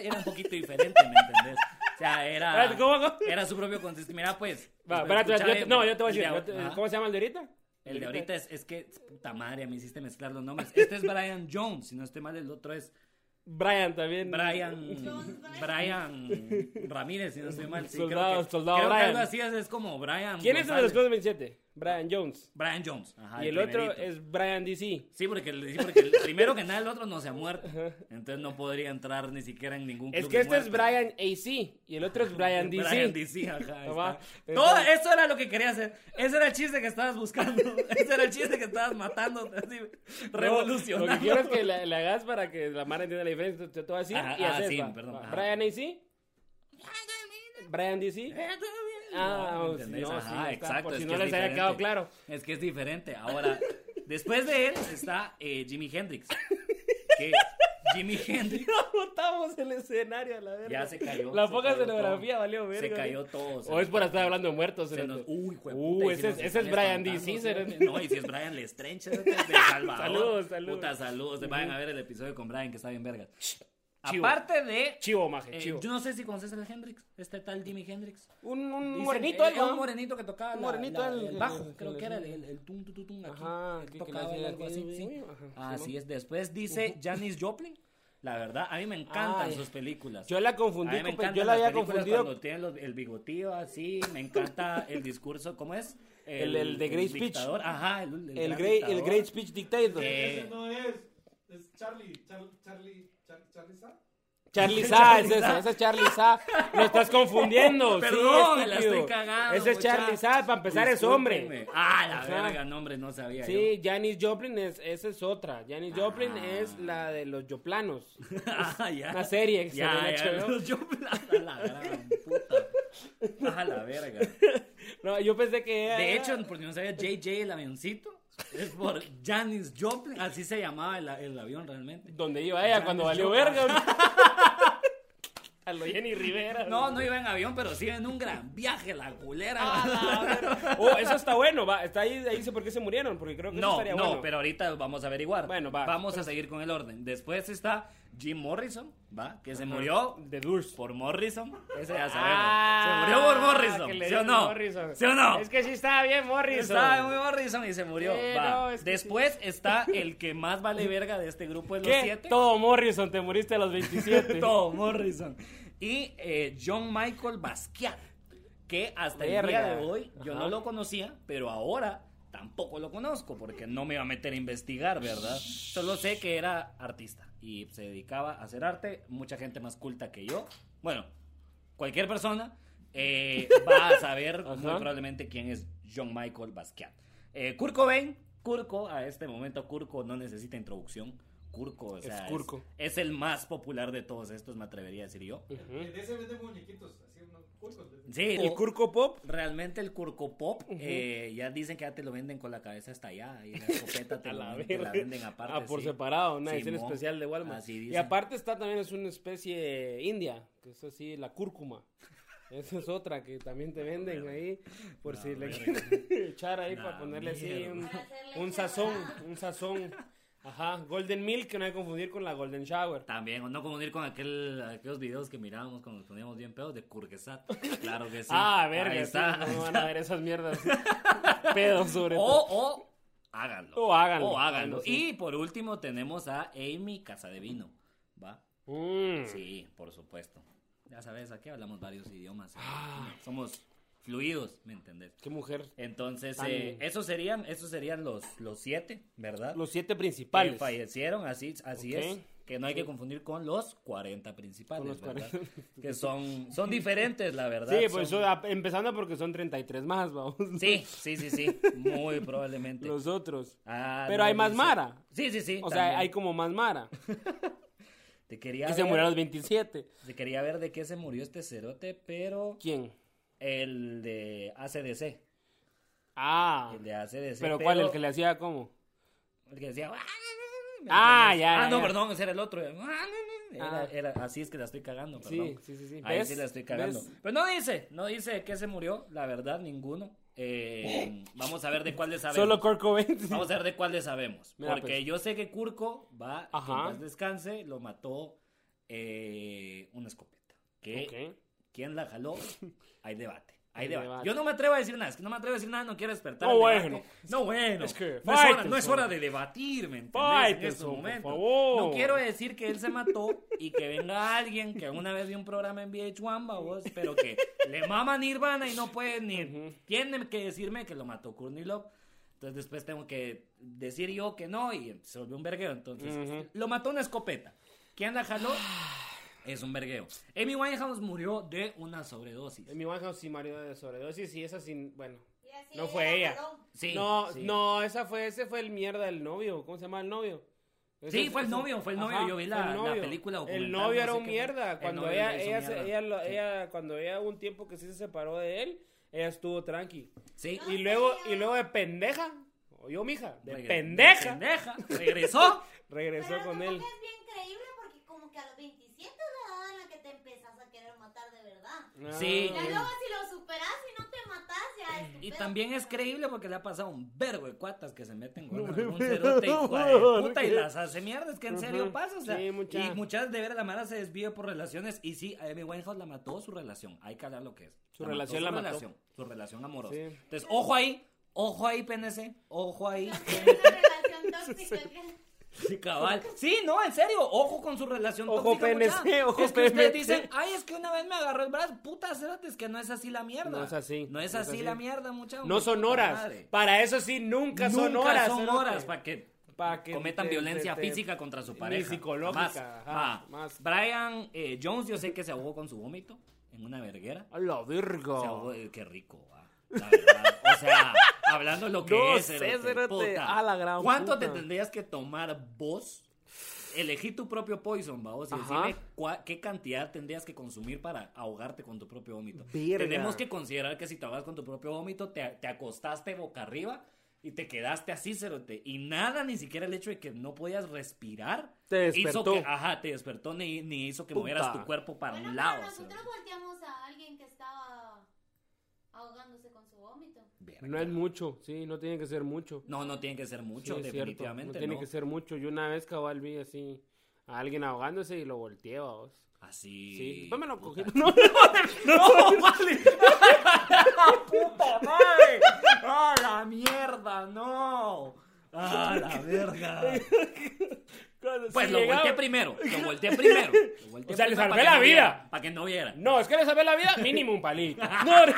[SPEAKER 2] Era un poquito diferente, ¿me entendés? O sea,
[SPEAKER 1] Espérate,
[SPEAKER 2] era.
[SPEAKER 1] ¿cómo, cómo?
[SPEAKER 2] Era su propio contexto. Mira, pues.
[SPEAKER 1] Va,
[SPEAKER 2] pues,
[SPEAKER 1] espérate, yo te-
[SPEAKER 2] escuchá,
[SPEAKER 1] no, yo te voy a
[SPEAKER 2] el
[SPEAKER 1] decir.
[SPEAKER 2] de
[SPEAKER 1] yo
[SPEAKER 2] ahor-
[SPEAKER 1] te-
[SPEAKER 2] Ajá.
[SPEAKER 1] ¿Cómo se llama el de ahorita?
[SPEAKER 2] El de ahorita es, es que, puta madre, me hiciste mezclar los nombres. Este es Brian Jones, si no estoy mal, el otro es
[SPEAKER 1] Brian también.
[SPEAKER 2] Brian,
[SPEAKER 3] Jones,
[SPEAKER 2] Brian Ramírez, si no estoy mal. Sí, creo
[SPEAKER 1] Soldado-
[SPEAKER 2] que,
[SPEAKER 1] soldado
[SPEAKER 2] creo que
[SPEAKER 1] Brian.
[SPEAKER 2] algo así es, es como Brian.
[SPEAKER 1] ¿Quién es el de los
[SPEAKER 2] González.
[SPEAKER 1] Clubes 27? Brian Jones.
[SPEAKER 2] Brian Jones. Ajá,
[SPEAKER 1] y el otro
[SPEAKER 2] primerito.
[SPEAKER 1] es Brian DC.
[SPEAKER 2] Sí, porque, el- sí, porque el primero que nada, el otro no se ha muerto. Entonces no podría entrar ni siquiera en ningún
[SPEAKER 1] Es
[SPEAKER 2] club
[SPEAKER 1] que
[SPEAKER 2] de
[SPEAKER 1] este es
[SPEAKER 2] muertos.
[SPEAKER 1] Brian AC y el otro es Brian DC.
[SPEAKER 2] Brian DC, ajá. ahí
[SPEAKER 1] No va.
[SPEAKER 2] está. Todo
[SPEAKER 1] Entonces-
[SPEAKER 2] eso era lo que quería hacer. Ese era el chiste que estabas buscando. Ese era el chiste que estabas matando. Así,
[SPEAKER 1] No,
[SPEAKER 2] revolucionando.
[SPEAKER 1] Lo que quiero es que la, la hagas para que la Mara entienda la diferencia. Te, te voy a decir
[SPEAKER 2] Ajá,
[SPEAKER 1] y
[SPEAKER 2] ah,
[SPEAKER 1] haces.
[SPEAKER 2] sí,
[SPEAKER 1] va,
[SPEAKER 2] perdón,
[SPEAKER 1] va.
[SPEAKER 2] ajá.
[SPEAKER 1] Brian AC, Brian DC. Ah,
[SPEAKER 2] Eh, No,
[SPEAKER 1] no,
[SPEAKER 2] ¿entendés?
[SPEAKER 1] sí,
[SPEAKER 2] Ajá,
[SPEAKER 1] está,
[SPEAKER 2] exacto.
[SPEAKER 1] Por
[SPEAKER 2] es
[SPEAKER 1] si
[SPEAKER 2] que
[SPEAKER 1] no
[SPEAKER 2] es
[SPEAKER 1] les haya
[SPEAKER 2] diferente.
[SPEAKER 1] quedado claro.
[SPEAKER 2] Es que es diferente. Ahora, después de él está eh, Jimi Hendrix. Que Jimi Hendrix
[SPEAKER 1] Botamos el escenario a la verga.
[SPEAKER 2] ya se cayó.
[SPEAKER 1] La
[SPEAKER 2] se
[SPEAKER 1] poca
[SPEAKER 2] cayó
[SPEAKER 1] escenografía
[SPEAKER 2] todo.
[SPEAKER 1] valió verga.
[SPEAKER 2] Se cayó todo. se
[SPEAKER 1] O es
[SPEAKER 2] nos
[SPEAKER 1] por
[SPEAKER 2] cayó.
[SPEAKER 1] estar hablando de muertos.
[SPEAKER 2] Se nos-
[SPEAKER 1] cerote.
[SPEAKER 2] uy, hijo de
[SPEAKER 1] Uh,
[SPEAKER 2] puta, y
[SPEAKER 1] ese
[SPEAKER 2] si
[SPEAKER 1] es-
[SPEAKER 2] nos
[SPEAKER 1] ese es
[SPEAKER 2] están
[SPEAKER 1] Brian
[SPEAKER 2] espantando,
[SPEAKER 1] DC,
[SPEAKER 2] ¿sí?
[SPEAKER 1] cerote.
[SPEAKER 2] No, y si es Brian Lestrenche, de Salvador.
[SPEAKER 1] Saludos, saludos.
[SPEAKER 2] Puta, saludos. Vayan a ver el episodio con Brian, que está bien verga.
[SPEAKER 1] Chivo.
[SPEAKER 2] Aparte de...
[SPEAKER 1] Chivo, maje,
[SPEAKER 2] eh,
[SPEAKER 1] chivo.
[SPEAKER 2] yo no sé si conoces al Hendrix, este tal Jimi Hendrix.
[SPEAKER 1] Un, un
[SPEAKER 2] Dicen-
[SPEAKER 1] morenito,
[SPEAKER 2] eh,
[SPEAKER 1] algo,
[SPEAKER 2] Un
[SPEAKER 1] ¿no?
[SPEAKER 2] morenito que tocaba
[SPEAKER 1] Un
[SPEAKER 2] la-
[SPEAKER 1] morenito,
[SPEAKER 2] la-
[SPEAKER 1] el-
[SPEAKER 2] el, bajo,
[SPEAKER 1] el-
[SPEAKER 2] creo
[SPEAKER 1] el-
[SPEAKER 2] que era el, el, el tum, tu, tu, tum, aquí.
[SPEAKER 1] Ajá,
[SPEAKER 2] Él
[SPEAKER 1] que- que le
[SPEAKER 2] tocaba
[SPEAKER 1] hacía
[SPEAKER 2] algo
[SPEAKER 1] aquí,
[SPEAKER 2] así, Ah, sí.
[SPEAKER 1] ajá,
[SPEAKER 2] Así
[SPEAKER 1] Simón.
[SPEAKER 2] es. Después dice Janis Joplin. La verdad, a mí me encantan
[SPEAKER 1] Ay.
[SPEAKER 2] sus películas.
[SPEAKER 1] Yo la
[SPEAKER 2] A
[SPEAKER 1] confundí,
[SPEAKER 2] mí me
[SPEAKER 1] compa-
[SPEAKER 2] encantan
[SPEAKER 1] yo la
[SPEAKER 2] las
[SPEAKER 1] había
[SPEAKER 2] películas
[SPEAKER 1] confundido
[SPEAKER 2] Cuando tienen los- el bigotío así, me encanta el discurso, ¿cómo es?
[SPEAKER 1] El- el de Great Speech.
[SPEAKER 2] dictador, Ajá, el, el,
[SPEAKER 1] el
[SPEAKER 2] gran
[SPEAKER 1] Great, el
[SPEAKER 2] dictador.
[SPEAKER 1] great Speech Dictator.
[SPEAKER 2] Eh,
[SPEAKER 4] Ese no es. Es Charlie. Char- Charlie. Char- Charlie Sa.
[SPEAKER 1] Charlie Sa, es esa, esa es Charlie Sa. Lo estás confundiendo.
[SPEAKER 2] Perdón,
[SPEAKER 1] sí,
[SPEAKER 2] la
[SPEAKER 1] estúpido.
[SPEAKER 2] estoy cagando,
[SPEAKER 1] Ese es
[SPEAKER 2] muchacha.
[SPEAKER 1] Charlie Sa, para empezar es hombre.
[SPEAKER 2] Discúlpenme. pues Ah, la
[SPEAKER 1] Ajá.
[SPEAKER 2] verga, no, hombre, no sabía.
[SPEAKER 1] Sí, Janis Joplin es, esa es otra. Janis Joplin
[SPEAKER 2] Ah.
[SPEAKER 1] es la de los yoplanos.
[SPEAKER 2] yo. Ah, ya.
[SPEAKER 1] Una serie que se
[SPEAKER 2] Ya,
[SPEAKER 1] ve en
[SPEAKER 2] ya,
[SPEAKER 1] HBO.
[SPEAKER 2] yo a la gran puta. A la verga.
[SPEAKER 1] No, yo pensé que era-
[SPEAKER 2] De hecho, porque no sabía JJ el avioncito, es por Janis Joplin, así se llamaba el, el avión realmente.
[SPEAKER 1] donde iba ella cuando
[SPEAKER 2] Janis
[SPEAKER 1] valió
[SPEAKER 2] Joplin.
[SPEAKER 1] verga. A lo Jenny Rivera.
[SPEAKER 2] No, no iba en avión, pero sí en un gran viaje, la culera.
[SPEAKER 1] Oh, eso está bueno, va, está ahí, ahí dice por qué se murieron, porque creo que eso
[SPEAKER 2] No,
[SPEAKER 1] estaría
[SPEAKER 2] no,
[SPEAKER 1] bueno.
[SPEAKER 2] pero ahorita vamos a averiguar.
[SPEAKER 1] Bueno, va.
[SPEAKER 2] Vamos a seguir con el orden. Después está Jim Morrison, ¿va? Que se murió
[SPEAKER 1] de Durst.
[SPEAKER 2] por Morrison. Ese ya sabemos.
[SPEAKER 1] Ah,
[SPEAKER 2] se murió por
[SPEAKER 1] que
[SPEAKER 2] Morrison,
[SPEAKER 1] le
[SPEAKER 2] ¿sí o
[SPEAKER 1] dio
[SPEAKER 2] no?
[SPEAKER 1] Morrison.
[SPEAKER 2] ¿Sí o no?
[SPEAKER 1] Es que sí estaba bien Morrison.
[SPEAKER 2] Estaba muy Morrison y se murió.
[SPEAKER 1] Sí,
[SPEAKER 2] va.
[SPEAKER 1] no, es que
[SPEAKER 2] Después está el que más vale verga de este grupo de los
[SPEAKER 1] ¿Qué?
[SPEAKER 2] siete.
[SPEAKER 1] Todo Morrison, te moriste a los 27.
[SPEAKER 2] Todo Morrison. Y eh, John Michael Basquiat. que hasta el día
[SPEAKER 1] Verga.
[SPEAKER 2] de hoy yo
[SPEAKER 1] Ajá.
[SPEAKER 2] no lo conocía, pero ahora tampoco lo conozco porque no me iba a meter a investigar, ¿verdad? Solo sé que era artista y se dedicaba a hacer arte, mucha gente más culta que yo. Bueno, cualquier persona eh, va a saber
[SPEAKER 1] Ajá.
[SPEAKER 2] muy probablemente quién es John Michael Basquiat. Eh, Kurt Cobain, Kurko, a este momento Kurko no necesita introducción. Kurko, o
[SPEAKER 1] Es
[SPEAKER 2] sea, es,
[SPEAKER 1] Kurko.
[SPEAKER 2] es el más popular de todos estos, me atrevería a decir yo.
[SPEAKER 1] Ujú.
[SPEAKER 4] De ese venden muñequitos, así unos curcos. de esos.
[SPEAKER 2] Sí,
[SPEAKER 1] El Curco Pop.
[SPEAKER 2] Realmente el Curco Pop,
[SPEAKER 1] Ujú.
[SPEAKER 2] eh, ya dicen que ya te lo venden con la cabeza estallada y la escopeta te,
[SPEAKER 1] A
[SPEAKER 2] lo
[SPEAKER 1] la
[SPEAKER 2] ven- te la
[SPEAKER 1] verga.
[SPEAKER 2] venden aparte.
[SPEAKER 1] ah, por
[SPEAKER 2] sí.
[SPEAKER 1] separado, una edición
[SPEAKER 2] Simón.
[SPEAKER 1] especial de Walmart.
[SPEAKER 2] Así
[SPEAKER 1] y
[SPEAKER 2] dicen.
[SPEAKER 1] aparte está también es una especie india, que es así, la cúrcuma. Esa es otra que también te venden ahí, por
[SPEAKER 2] La
[SPEAKER 1] si le
[SPEAKER 2] verga.
[SPEAKER 1] quieren echar ahí
[SPEAKER 2] La
[SPEAKER 1] para ponerle así
[SPEAKER 2] mierda.
[SPEAKER 1] un,
[SPEAKER 3] Para hacerle
[SPEAKER 1] un
[SPEAKER 3] esa
[SPEAKER 1] sazón,
[SPEAKER 3] dorada.
[SPEAKER 1] un sazón. Ajá, Golden Milk, que no hay que confundir con la Golden Shower.
[SPEAKER 2] También, o no confundir con aquel, aquellos videos que mirábamos cuando nos poníamos bien pedos de Kurgesat. Claro que sí.
[SPEAKER 1] Ah, verga,
[SPEAKER 2] Ahí
[SPEAKER 1] sí,
[SPEAKER 2] está. Oh.
[SPEAKER 1] no van a ver esas mierdas. Pedos sobre todo.
[SPEAKER 2] O, o háganlo.
[SPEAKER 1] pues. O háganlo.
[SPEAKER 2] O háganlo.
[SPEAKER 1] Bueno, sí.
[SPEAKER 2] Y por último tenemos a Amy Casadevino. ¿Va?
[SPEAKER 1] Mm.
[SPEAKER 2] Sí, por supuesto. Ya sabes, aquí hablamos varios idiomas. ¿eh?
[SPEAKER 1] Ah.
[SPEAKER 2] Somos fluidos, ¿me entendés?
[SPEAKER 1] Qué mujer.
[SPEAKER 2] Entonces,
[SPEAKER 1] Tan-
[SPEAKER 2] eh, esos serían, esos serían los, los siete, ¿verdad?
[SPEAKER 1] Los siete
[SPEAKER 2] que
[SPEAKER 1] principales.
[SPEAKER 2] fallecieron, así, así
[SPEAKER 1] Ok.
[SPEAKER 2] es. Que no hay que confundir con los 40 principales,
[SPEAKER 1] Con los
[SPEAKER 2] ¿verdad?
[SPEAKER 1] 40.
[SPEAKER 2] Que son, son diferentes, la verdad.
[SPEAKER 1] Sí, pues
[SPEAKER 2] son-
[SPEAKER 1] eso, a- empezando porque son 33 más, vamos.
[SPEAKER 2] Sí, sí, sí, sí, muy probablemente.
[SPEAKER 1] Los otros.
[SPEAKER 2] Ah,
[SPEAKER 1] Pero hay más
[SPEAKER 2] dice-
[SPEAKER 1] Mara.
[SPEAKER 2] Sí, sí, sí.
[SPEAKER 1] O sea,
[SPEAKER 2] también.
[SPEAKER 1] hay como más Mara.
[SPEAKER 2] Te quería,
[SPEAKER 1] Que se
[SPEAKER 2] ver-
[SPEAKER 1] murió a los 27.
[SPEAKER 2] te quería ver de qué se murió este cerote, pero
[SPEAKER 1] ¿Quién?
[SPEAKER 2] el de ACDC.
[SPEAKER 1] Ah.
[SPEAKER 2] El de ACDC.
[SPEAKER 1] Pero ¿cuál? ¿El que le hacía cómo?
[SPEAKER 2] El que decía. "Ah, no, no, no",
[SPEAKER 1] Ah,
[SPEAKER 2] ¿me
[SPEAKER 1] ya,
[SPEAKER 2] entendés? Ah,
[SPEAKER 1] ya,
[SPEAKER 2] no,
[SPEAKER 1] ya.
[SPEAKER 2] perdón, ese era el otro. "Ah, no, no, no". Era-
[SPEAKER 1] Ah.
[SPEAKER 2] era- así es que la estoy cagando,
[SPEAKER 1] Sí,
[SPEAKER 2] perdón.
[SPEAKER 1] sí, sí. sí.
[SPEAKER 2] Ahí
[SPEAKER 1] ¿Ves?
[SPEAKER 2] sí la estoy cagando.
[SPEAKER 1] ¿Ves?
[SPEAKER 2] Pero no dice, no dice que se murió, la verdad, ninguno. Eh, vamos a ver de cuál le sabemos.
[SPEAKER 1] Solo Corco 20.
[SPEAKER 2] Vamos a ver de cuál le sabemos.
[SPEAKER 1] Mira,
[SPEAKER 2] porque
[SPEAKER 1] pues.
[SPEAKER 2] yo sé que Curco va a que en
[SPEAKER 1] Ajá.
[SPEAKER 2] paz descanse, lo mató eh, una escopeta. Que
[SPEAKER 1] Ok.
[SPEAKER 2] ¿Quién la jaló? Hay debate. Hay
[SPEAKER 1] Hay
[SPEAKER 2] debate.
[SPEAKER 1] debate.
[SPEAKER 2] Yo no me atrevo a decir nada, es que no me atrevo a decir nada, no quiero despertar.
[SPEAKER 1] No,
[SPEAKER 2] el
[SPEAKER 1] bueno.
[SPEAKER 2] debate. No, bueno.
[SPEAKER 1] Es que-
[SPEAKER 2] no, es hora,
[SPEAKER 1] Faitelson.
[SPEAKER 2] no es hora de debatirme, ¿entendés? En
[SPEAKER 1] Faitelson,
[SPEAKER 2] estos
[SPEAKER 1] por
[SPEAKER 2] momentos.
[SPEAKER 1] favor.
[SPEAKER 2] No quiero decir que él se mató y que venga alguien que alguna vez vio un programa en VH1, babos, pero que le mama Nirvana y no puede ni.
[SPEAKER 1] Ujú.
[SPEAKER 2] Tiene que decirme que lo mató Courtney Love. Entonces después tengo que decir yo que no y se volvió un vergueo. Entonces,
[SPEAKER 1] Ujú.
[SPEAKER 2] lo mató una escopeta. ¿Quién la jaló? Es un vergueo. Amy Winehouse murió de una sobredosis.
[SPEAKER 1] Mi Juanjo sí murió de sobredosis y esa sin. Bueno.
[SPEAKER 3] Y así
[SPEAKER 1] No fue ella.
[SPEAKER 3] paró.
[SPEAKER 2] Sí.
[SPEAKER 1] no,
[SPEAKER 2] sí.
[SPEAKER 1] no, esa fue, ese fue el mierda del novio. ¿Cómo se llama el novio? Ese
[SPEAKER 2] Sí, fue el novio, fue el novio. Yo vi la-
[SPEAKER 1] fue el
[SPEAKER 2] la película documental,
[SPEAKER 1] El novio
[SPEAKER 2] no
[SPEAKER 1] era
[SPEAKER 2] sé
[SPEAKER 1] un
[SPEAKER 2] qué- el
[SPEAKER 1] mierda. Cuando
[SPEAKER 2] novio
[SPEAKER 1] ella,
[SPEAKER 2] la hizo
[SPEAKER 1] ella, se-
[SPEAKER 2] mierda.
[SPEAKER 1] ella, lo-
[SPEAKER 2] Sí.
[SPEAKER 1] ella- cuando ella hubo un tiempo que sí se separó de él, ella estuvo tranqui.
[SPEAKER 2] Sí.
[SPEAKER 1] Y luego, y luego de pendeja, o yo mija, de
[SPEAKER 2] Regre-
[SPEAKER 1] pendeja,
[SPEAKER 2] de pendeja. Regresó.
[SPEAKER 1] regresó
[SPEAKER 3] Pero
[SPEAKER 1] con
[SPEAKER 3] tampoco
[SPEAKER 1] él.
[SPEAKER 3] es bien creíble porque como que a los 27 es la edad en la que te empezás a querer matar de verdad.
[SPEAKER 2] Sí.
[SPEAKER 3] Ya luego si lo superas y no te matas, ya es tu
[SPEAKER 2] Y
[SPEAKER 3] pedo.
[SPEAKER 2] también es creíble porque le ha pasado un vergo de cuatas que se meten con
[SPEAKER 1] No,
[SPEAKER 2] algún
[SPEAKER 1] no,
[SPEAKER 2] cerote
[SPEAKER 1] no,
[SPEAKER 2] hijo de puta y
[SPEAKER 1] no,
[SPEAKER 2] las hace mierdas que en serio
[SPEAKER 1] Ujú.
[SPEAKER 2] pasa. O sea,
[SPEAKER 1] Sí, mucha.
[SPEAKER 2] Y muchas de ver la Mara se desvíe por relaciones. Y sí, a Amy Winehouse la mató su relación. Hay que hablar lo que es.
[SPEAKER 1] Su relación la mató.
[SPEAKER 2] relación, su relación amorosa.
[SPEAKER 1] Sí.
[SPEAKER 2] Entonces, ojo ahí. Ojo ahí, PNC. Ojo ahí.
[SPEAKER 3] Tiene una relación tóxica que-
[SPEAKER 2] Sí, cabal. Sí, no, en serio, ojo con su relación
[SPEAKER 1] Ojo
[SPEAKER 2] tóxica,
[SPEAKER 1] PNC,
[SPEAKER 2] mucha.
[SPEAKER 1] ojo
[SPEAKER 2] Es que ustedes
[SPEAKER 1] PNC.
[SPEAKER 2] dicen, ay, es que una vez me agarró el brazo, puta, cérate, es que no es así la mierda.
[SPEAKER 1] No es así,
[SPEAKER 2] No es así, la mierda, mucha.
[SPEAKER 1] No
[SPEAKER 2] puta
[SPEAKER 1] son horas.
[SPEAKER 2] madre.
[SPEAKER 1] Para eso sí, nunca, son
[SPEAKER 2] Nunca
[SPEAKER 1] horas.
[SPEAKER 2] son
[SPEAKER 1] cerote.
[SPEAKER 2] horas para que,
[SPEAKER 1] Pa' que
[SPEAKER 2] cometan
[SPEAKER 1] te-
[SPEAKER 2] violencia
[SPEAKER 1] te- te-
[SPEAKER 2] física contra su
[SPEAKER 1] ni
[SPEAKER 2] pareja.
[SPEAKER 1] psicológica,
[SPEAKER 2] Más,
[SPEAKER 1] ajá,
[SPEAKER 2] va.
[SPEAKER 1] más.
[SPEAKER 2] Brian eh, Jones, yo sé que se ahogó con su vómito en una verguera.
[SPEAKER 1] A la
[SPEAKER 2] Se ahogó,
[SPEAKER 1] virgo.
[SPEAKER 2] eh, qué rico, va. La verdad. O sea, hablando lo que
[SPEAKER 1] No
[SPEAKER 2] es.
[SPEAKER 1] sé,
[SPEAKER 2] cerote,
[SPEAKER 1] cerote,
[SPEAKER 2] puta.
[SPEAKER 1] a la gran
[SPEAKER 2] ¿Cuánto
[SPEAKER 1] puta.
[SPEAKER 2] te tendrías que tomar vos? Elegí tu propio poison, vamos, y
[SPEAKER 1] Ajá.
[SPEAKER 2] decime cua- qué cantidad tendrías que consumir para ahogarte con tu propio vómito.
[SPEAKER 1] Verga.
[SPEAKER 2] Tenemos que considerar que si te ahogas con tu propio vómito, te, te acostaste boca arriba y te quedaste así, cerote. Y nada, ni siquiera el hecho de que no podías respirar.
[SPEAKER 1] Te
[SPEAKER 2] Hizo
[SPEAKER 1] despertó.
[SPEAKER 2] que, ajá, te despertó ni, ni hizo que
[SPEAKER 1] Puta.
[SPEAKER 2] movieras tu cuerpo para
[SPEAKER 3] Bueno,
[SPEAKER 2] un
[SPEAKER 3] pero
[SPEAKER 2] lado.
[SPEAKER 3] nosotros
[SPEAKER 2] cerote.
[SPEAKER 3] volteamos a alguien que estaba ahogándose con su vómito.
[SPEAKER 2] Verga.
[SPEAKER 1] No es mucho, sí, no tiene que ser mucho.
[SPEAKER 2] No, no tiene que ser mucho,
[SPEAKER 1] Sí, es cierto,
[SPEAKER 2] definitivamente.
[SPEAKER 1] No tiene
[SPEAKER 2] ¿no?
[SPEAKER 1] que ser mucho. Yo una vez cabal vi así a alguien ahogándose y lo volteé, vos.
[SPEAKER 2] Así.
[SPEAKER 1] Sí. Después me lo cogí.
[SPEAKER 2] Puta.
[SPEAKER 1] No,
[SPEAKER 2] ¡No, vale! ¡La puta madre! ¡A la mierda, no! ¡A la verga!
[SPEAKER 1] no,
[SPEAKER 2] Pues
[SPEAKER 1] si
[SPEAKER 2] lo
[SPEAKER 1] llegaba-
[SPEAKER 2] volteé primero, lo volteé primero. lo volteé
[SPEAKER 1] O sea, le salvé
[SPEAKER 2] primero para que
[SPEAKER 1] la vida.
[SPEAKER 2] no viera, Para que no viera.
[SPEAKER 1] No, es que le salvé la vida, mínimo un palito. No, no.